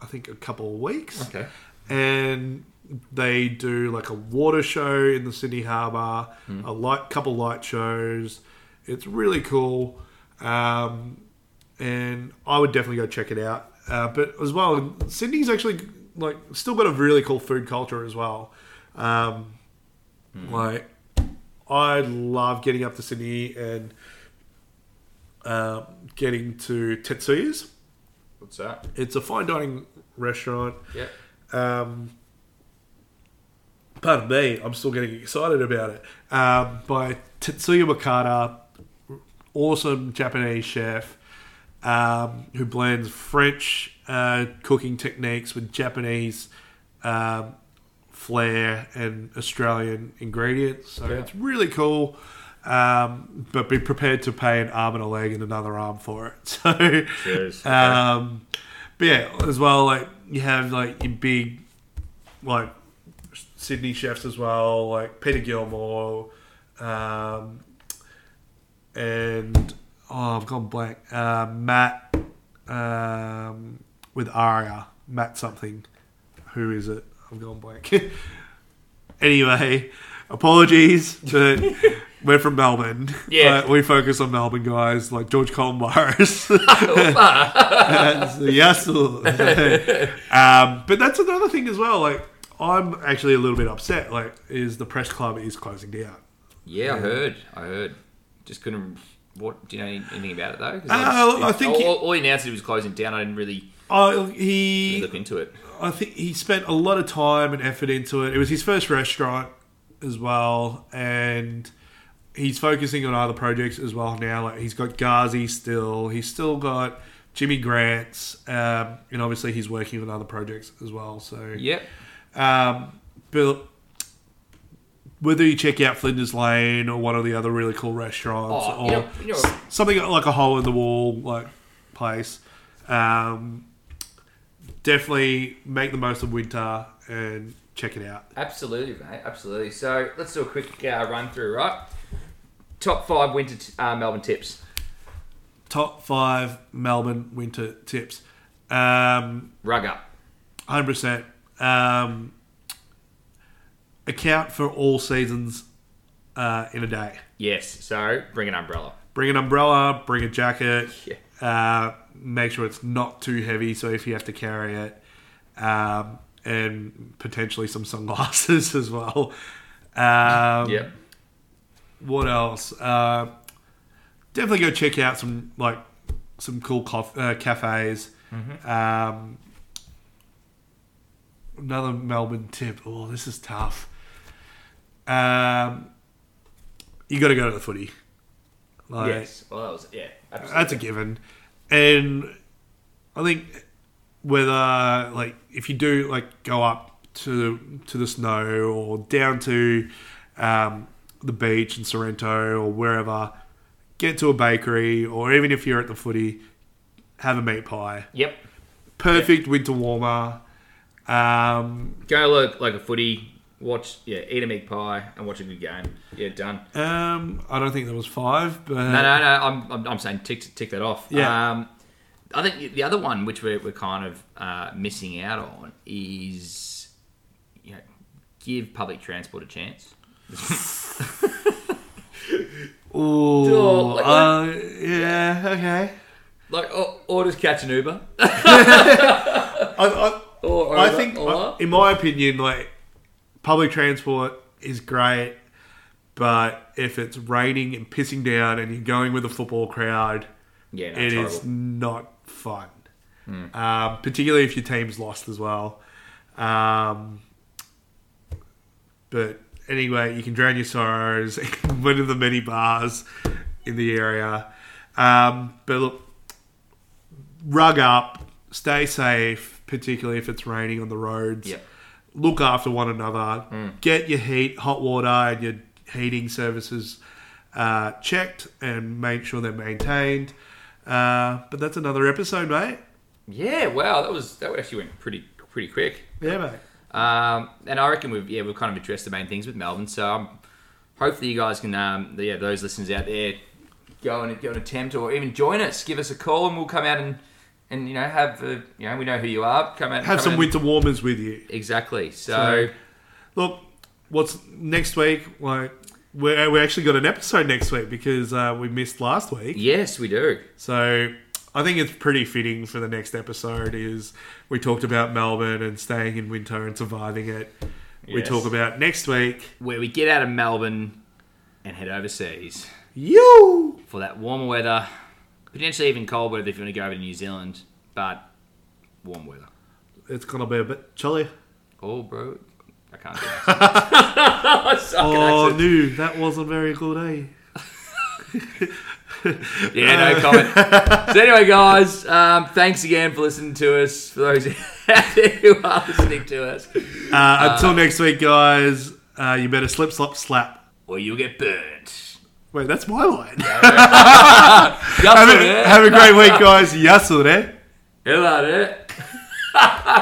[SPEAKER 1] I think, a couple of weeks.
[SPEAKER 2] Okay.
[SPEAKER 1] and they do like a water show in the Sydney Harbour, a light couple light shows. It's really cool, um, and I would definitely go check it out. Uh, but as well, Sydney's actually like still got a really cool food culture as well. Um, Like, I love getting up to Sydney and uh, getting to Tetsuya's.
[SPEAKER 2] What's that?
[SPEAKER 1] It's a fine dining restaurant.
[SPEAKER 2] Yep.
[SPEAKER 1] Um, pardon me, I'm still getting excited about it. Um, by Tetsuya Wakata, awesome Japanese chef um, who blends French uh, cooking techniques with Japanese um, flair and Australian ingredients. So
[SPEAKER 2] Yeah.
[SPEAKER 1] it's really cool. Um, but be prepared to pay an arm and a leg and another arm for it. So
[SPEAKER 2] Cheers.
[SPEAKER 1] um, but yeah, as well, like you have like your big, like Sydney chefs as well, like Peter Gilmore, um, and oh, I've gone blank. Uh, Matt um, with Aria, Matt something. Who is it? I've gone blank. anyway, apologies, but we're from Melbourne.
[SPEAKER 2] Yeah.
[SPEAKER 1] Like, we focus on Melbourne guys, like George Colin Morris. That's the Yassel. um, but that's another thing as well. Like, I'm actually a little bit upset. Like, is the press club is closing down?
[SPEAKER 2] yeah, I heard. I heard. Just couldn't. What do you know any- anything about it though? 'Cause
[SPEAKER 1] Uh,
[SPEAKER 2] just-
[SPEAKER 1] I think
[SPEAKER 2] all,
[SPEAKER 1] you-
[SPEAKER 2] all, all he announced it was closing down. I didn't really
[SPEAKER 1] Oh, he
[SPEAKER 2] look into it.
[SPEAKER 1] I think he spent a lot of time and effort into it. It was his first restaurant as well, and he's focusing on other projects as well now. Like he's got Ghazi still, he's still got Jimmy Grant's, um, and obviously he's working on other projects as well. So,
[SPEAKER 2] Yep.
[SPEAKER 1] um, but whether you check out Flinders Lane or one of the other really cool restaurants,
[SPEAKER 2] Oh,
[SPEAKER 1] or
[SPEAKER 2] you know- you know-
[SPEAKER 1] s- something like a hole in the wall like place, um, definitely make the most of winter and check it out.
[SPEAKER 2] Absolutely, mate. Absolutely. So let's do a quick uh, run through, right? Top five winter t- uh, Melbourne tips.
[SPEAKER 1] Top five Melbourne winter tips, um,
[SPEAKER 2] Rug up.
[SPEAKER 1] hundred percent. Um, account for all seasons uh, in a day.
[SPEAKER 2] Yes. So bring an umbrella.
[SPEAKER 1] Bring an umbrella. Bring a jacket.
[SPEAKER 2] Yeah.
[SPEAKER 1] Uh, make sure it's not too heavy, so if you have to carry it, um, and potentially some sunglasses as well. Um,
[SPEAKER 2] Yep.
[SPEAKER 1] What else? Uh, definitely go check out some like some cool cof- uh, cafes.
[SPEAKER 2] Mm-hmm.
[SPEAKER 1] Um, another Melbourne tip. Oh, this is tough. Um, you got to go to the footy. Like,
[SPEAKER 2] Yes. Well, that was yeah. Absolutely.
[SPEAKER 1] that's a given. And I think whether like if you do like go up to to the snow or down to um, the beach in Sorrento or wherever, get to a bakery or even if you're at the footy, have a meat pie.
[SPEAKER 2] Yep.
[SPEAKER 1] Perfect winter warmer. Um,
[SPEAKER 2] Go look like a footy. Watch, yeah, eat a meat pie and watch a good game. Yeah, done.
[SPEAKER 1] Um, I don't think there was five, but
[SPEAKER 2] No, no, no. I'm, I'm, I'm saying tick, tick that off.
[SPEAKER 1] Yeah.
[SPEAKER 2] Um, I think the other one which we're, we're kind of uh, missing out on is, you know, give public transport a chance.
[SPEAKER 1] Ooh,
[SPEAKER 2] Oh, like-
[SPEAKER 1] uh, yeah, okay.
[SPEAKER 2] Like, or, or just catch an Uber.
[SPEAKER 1] I, I,
[SPEAKER 2] Or, or
[SPEAKER 1] I
[SPEAKER 2] Uber,
[SPEAKER 1] think,
[SPEAKER 2] or-
[SPEAKER 1] in my opinion, like public transport is great, but if it's raining and pissing down and you're going with a football crowd,
[SPEAKER 2] yeah, Hmm. no,
[SPEAKER 1] it
[SPEAKER 2] it's
[SPEAKER 1] is
[SPEAKER 2] horrible.
[SPEAKER 1] not fun. Um, particularly if your team's lost as well. Um, but anyway, you can drown your sorrows in one of the many bars in the area. Um, but look, rug up, stay safe, particularly if it's raining on the roads.
[SPEAKER 2] Yep.
[SPEAKER 1] Look after one another. Get your heat, hot water, and your heating services uh, checked and make sure they're maintained. Uh, but that's another episode, mate.
[SPEAKER 2] Yeah, wow, that was that actually went pretty pretty quick.
[SPEAKER 1] Yeah, mate.
[SPEAKER 2] Um, and I reckon we've yeah we've kind of addressed the main things with Melbourne. So um, hopefully you guys can um, yeah those listeners out there go and go and attempt or even join us. Give us a call and we'll come out and and you know have uh you know we know who you are. Come out.
[SPEAKER 1] Have
[SPEAKER 2] come
[SPEAKER 1] some
[SPEAKER 2] out
[SPEAKER 1] winter warmers with you.
[SPEAKER 2] and- Exactly. So,
[SPEAKER 1] So- Look, what's next week? Like, we we actually got an episode next week because uh, we missed last week.
[SPEAKER 2] yes, we do.
[SPEAKER 1] So I think it's pretty fitting for the next episode. Is we talked about Melbourne and staying in winter and surviving it. We
[SPEAKER 2] Yes.
[SPEAKER 1] talk about next week.
[SPEAKER 2] Where we get out of Melbourne and head overseas
[SPEAKER 1] You.
[SPEAKER 2] for that warmer weather, potentially even cold weather if you want to go over to New Zealand, but warm weather.
[SPEAKER 1] It's gonna be a bit chilly.
[SPEAKER 2] Oh, bro. I can't do that.
[SPEAKER 1] Oh no, that wasn't very good, eh?
[SPEAKER 2] Yeah,
[SPEAKER 1] Uh,
[SPEAKER 2] no comment. so anyway, guys, um, thanks again for listening to us. For those out there who are listening to us,
[SPEAKER 1] Uh, until next week, guys. Uh, you better slip, slop, slap.
[SPEAKER 2] or you'll get burnt.
[SPEAKER 1] Wait, that's my line.
[SPEAKER 2] Yup,
[SPEAKER 1] have, a,
[SPEAKER 2] yeah.
[SPEAKER 1] have a great week, guys. Yasure.
[SPEAKER 2] Hello there.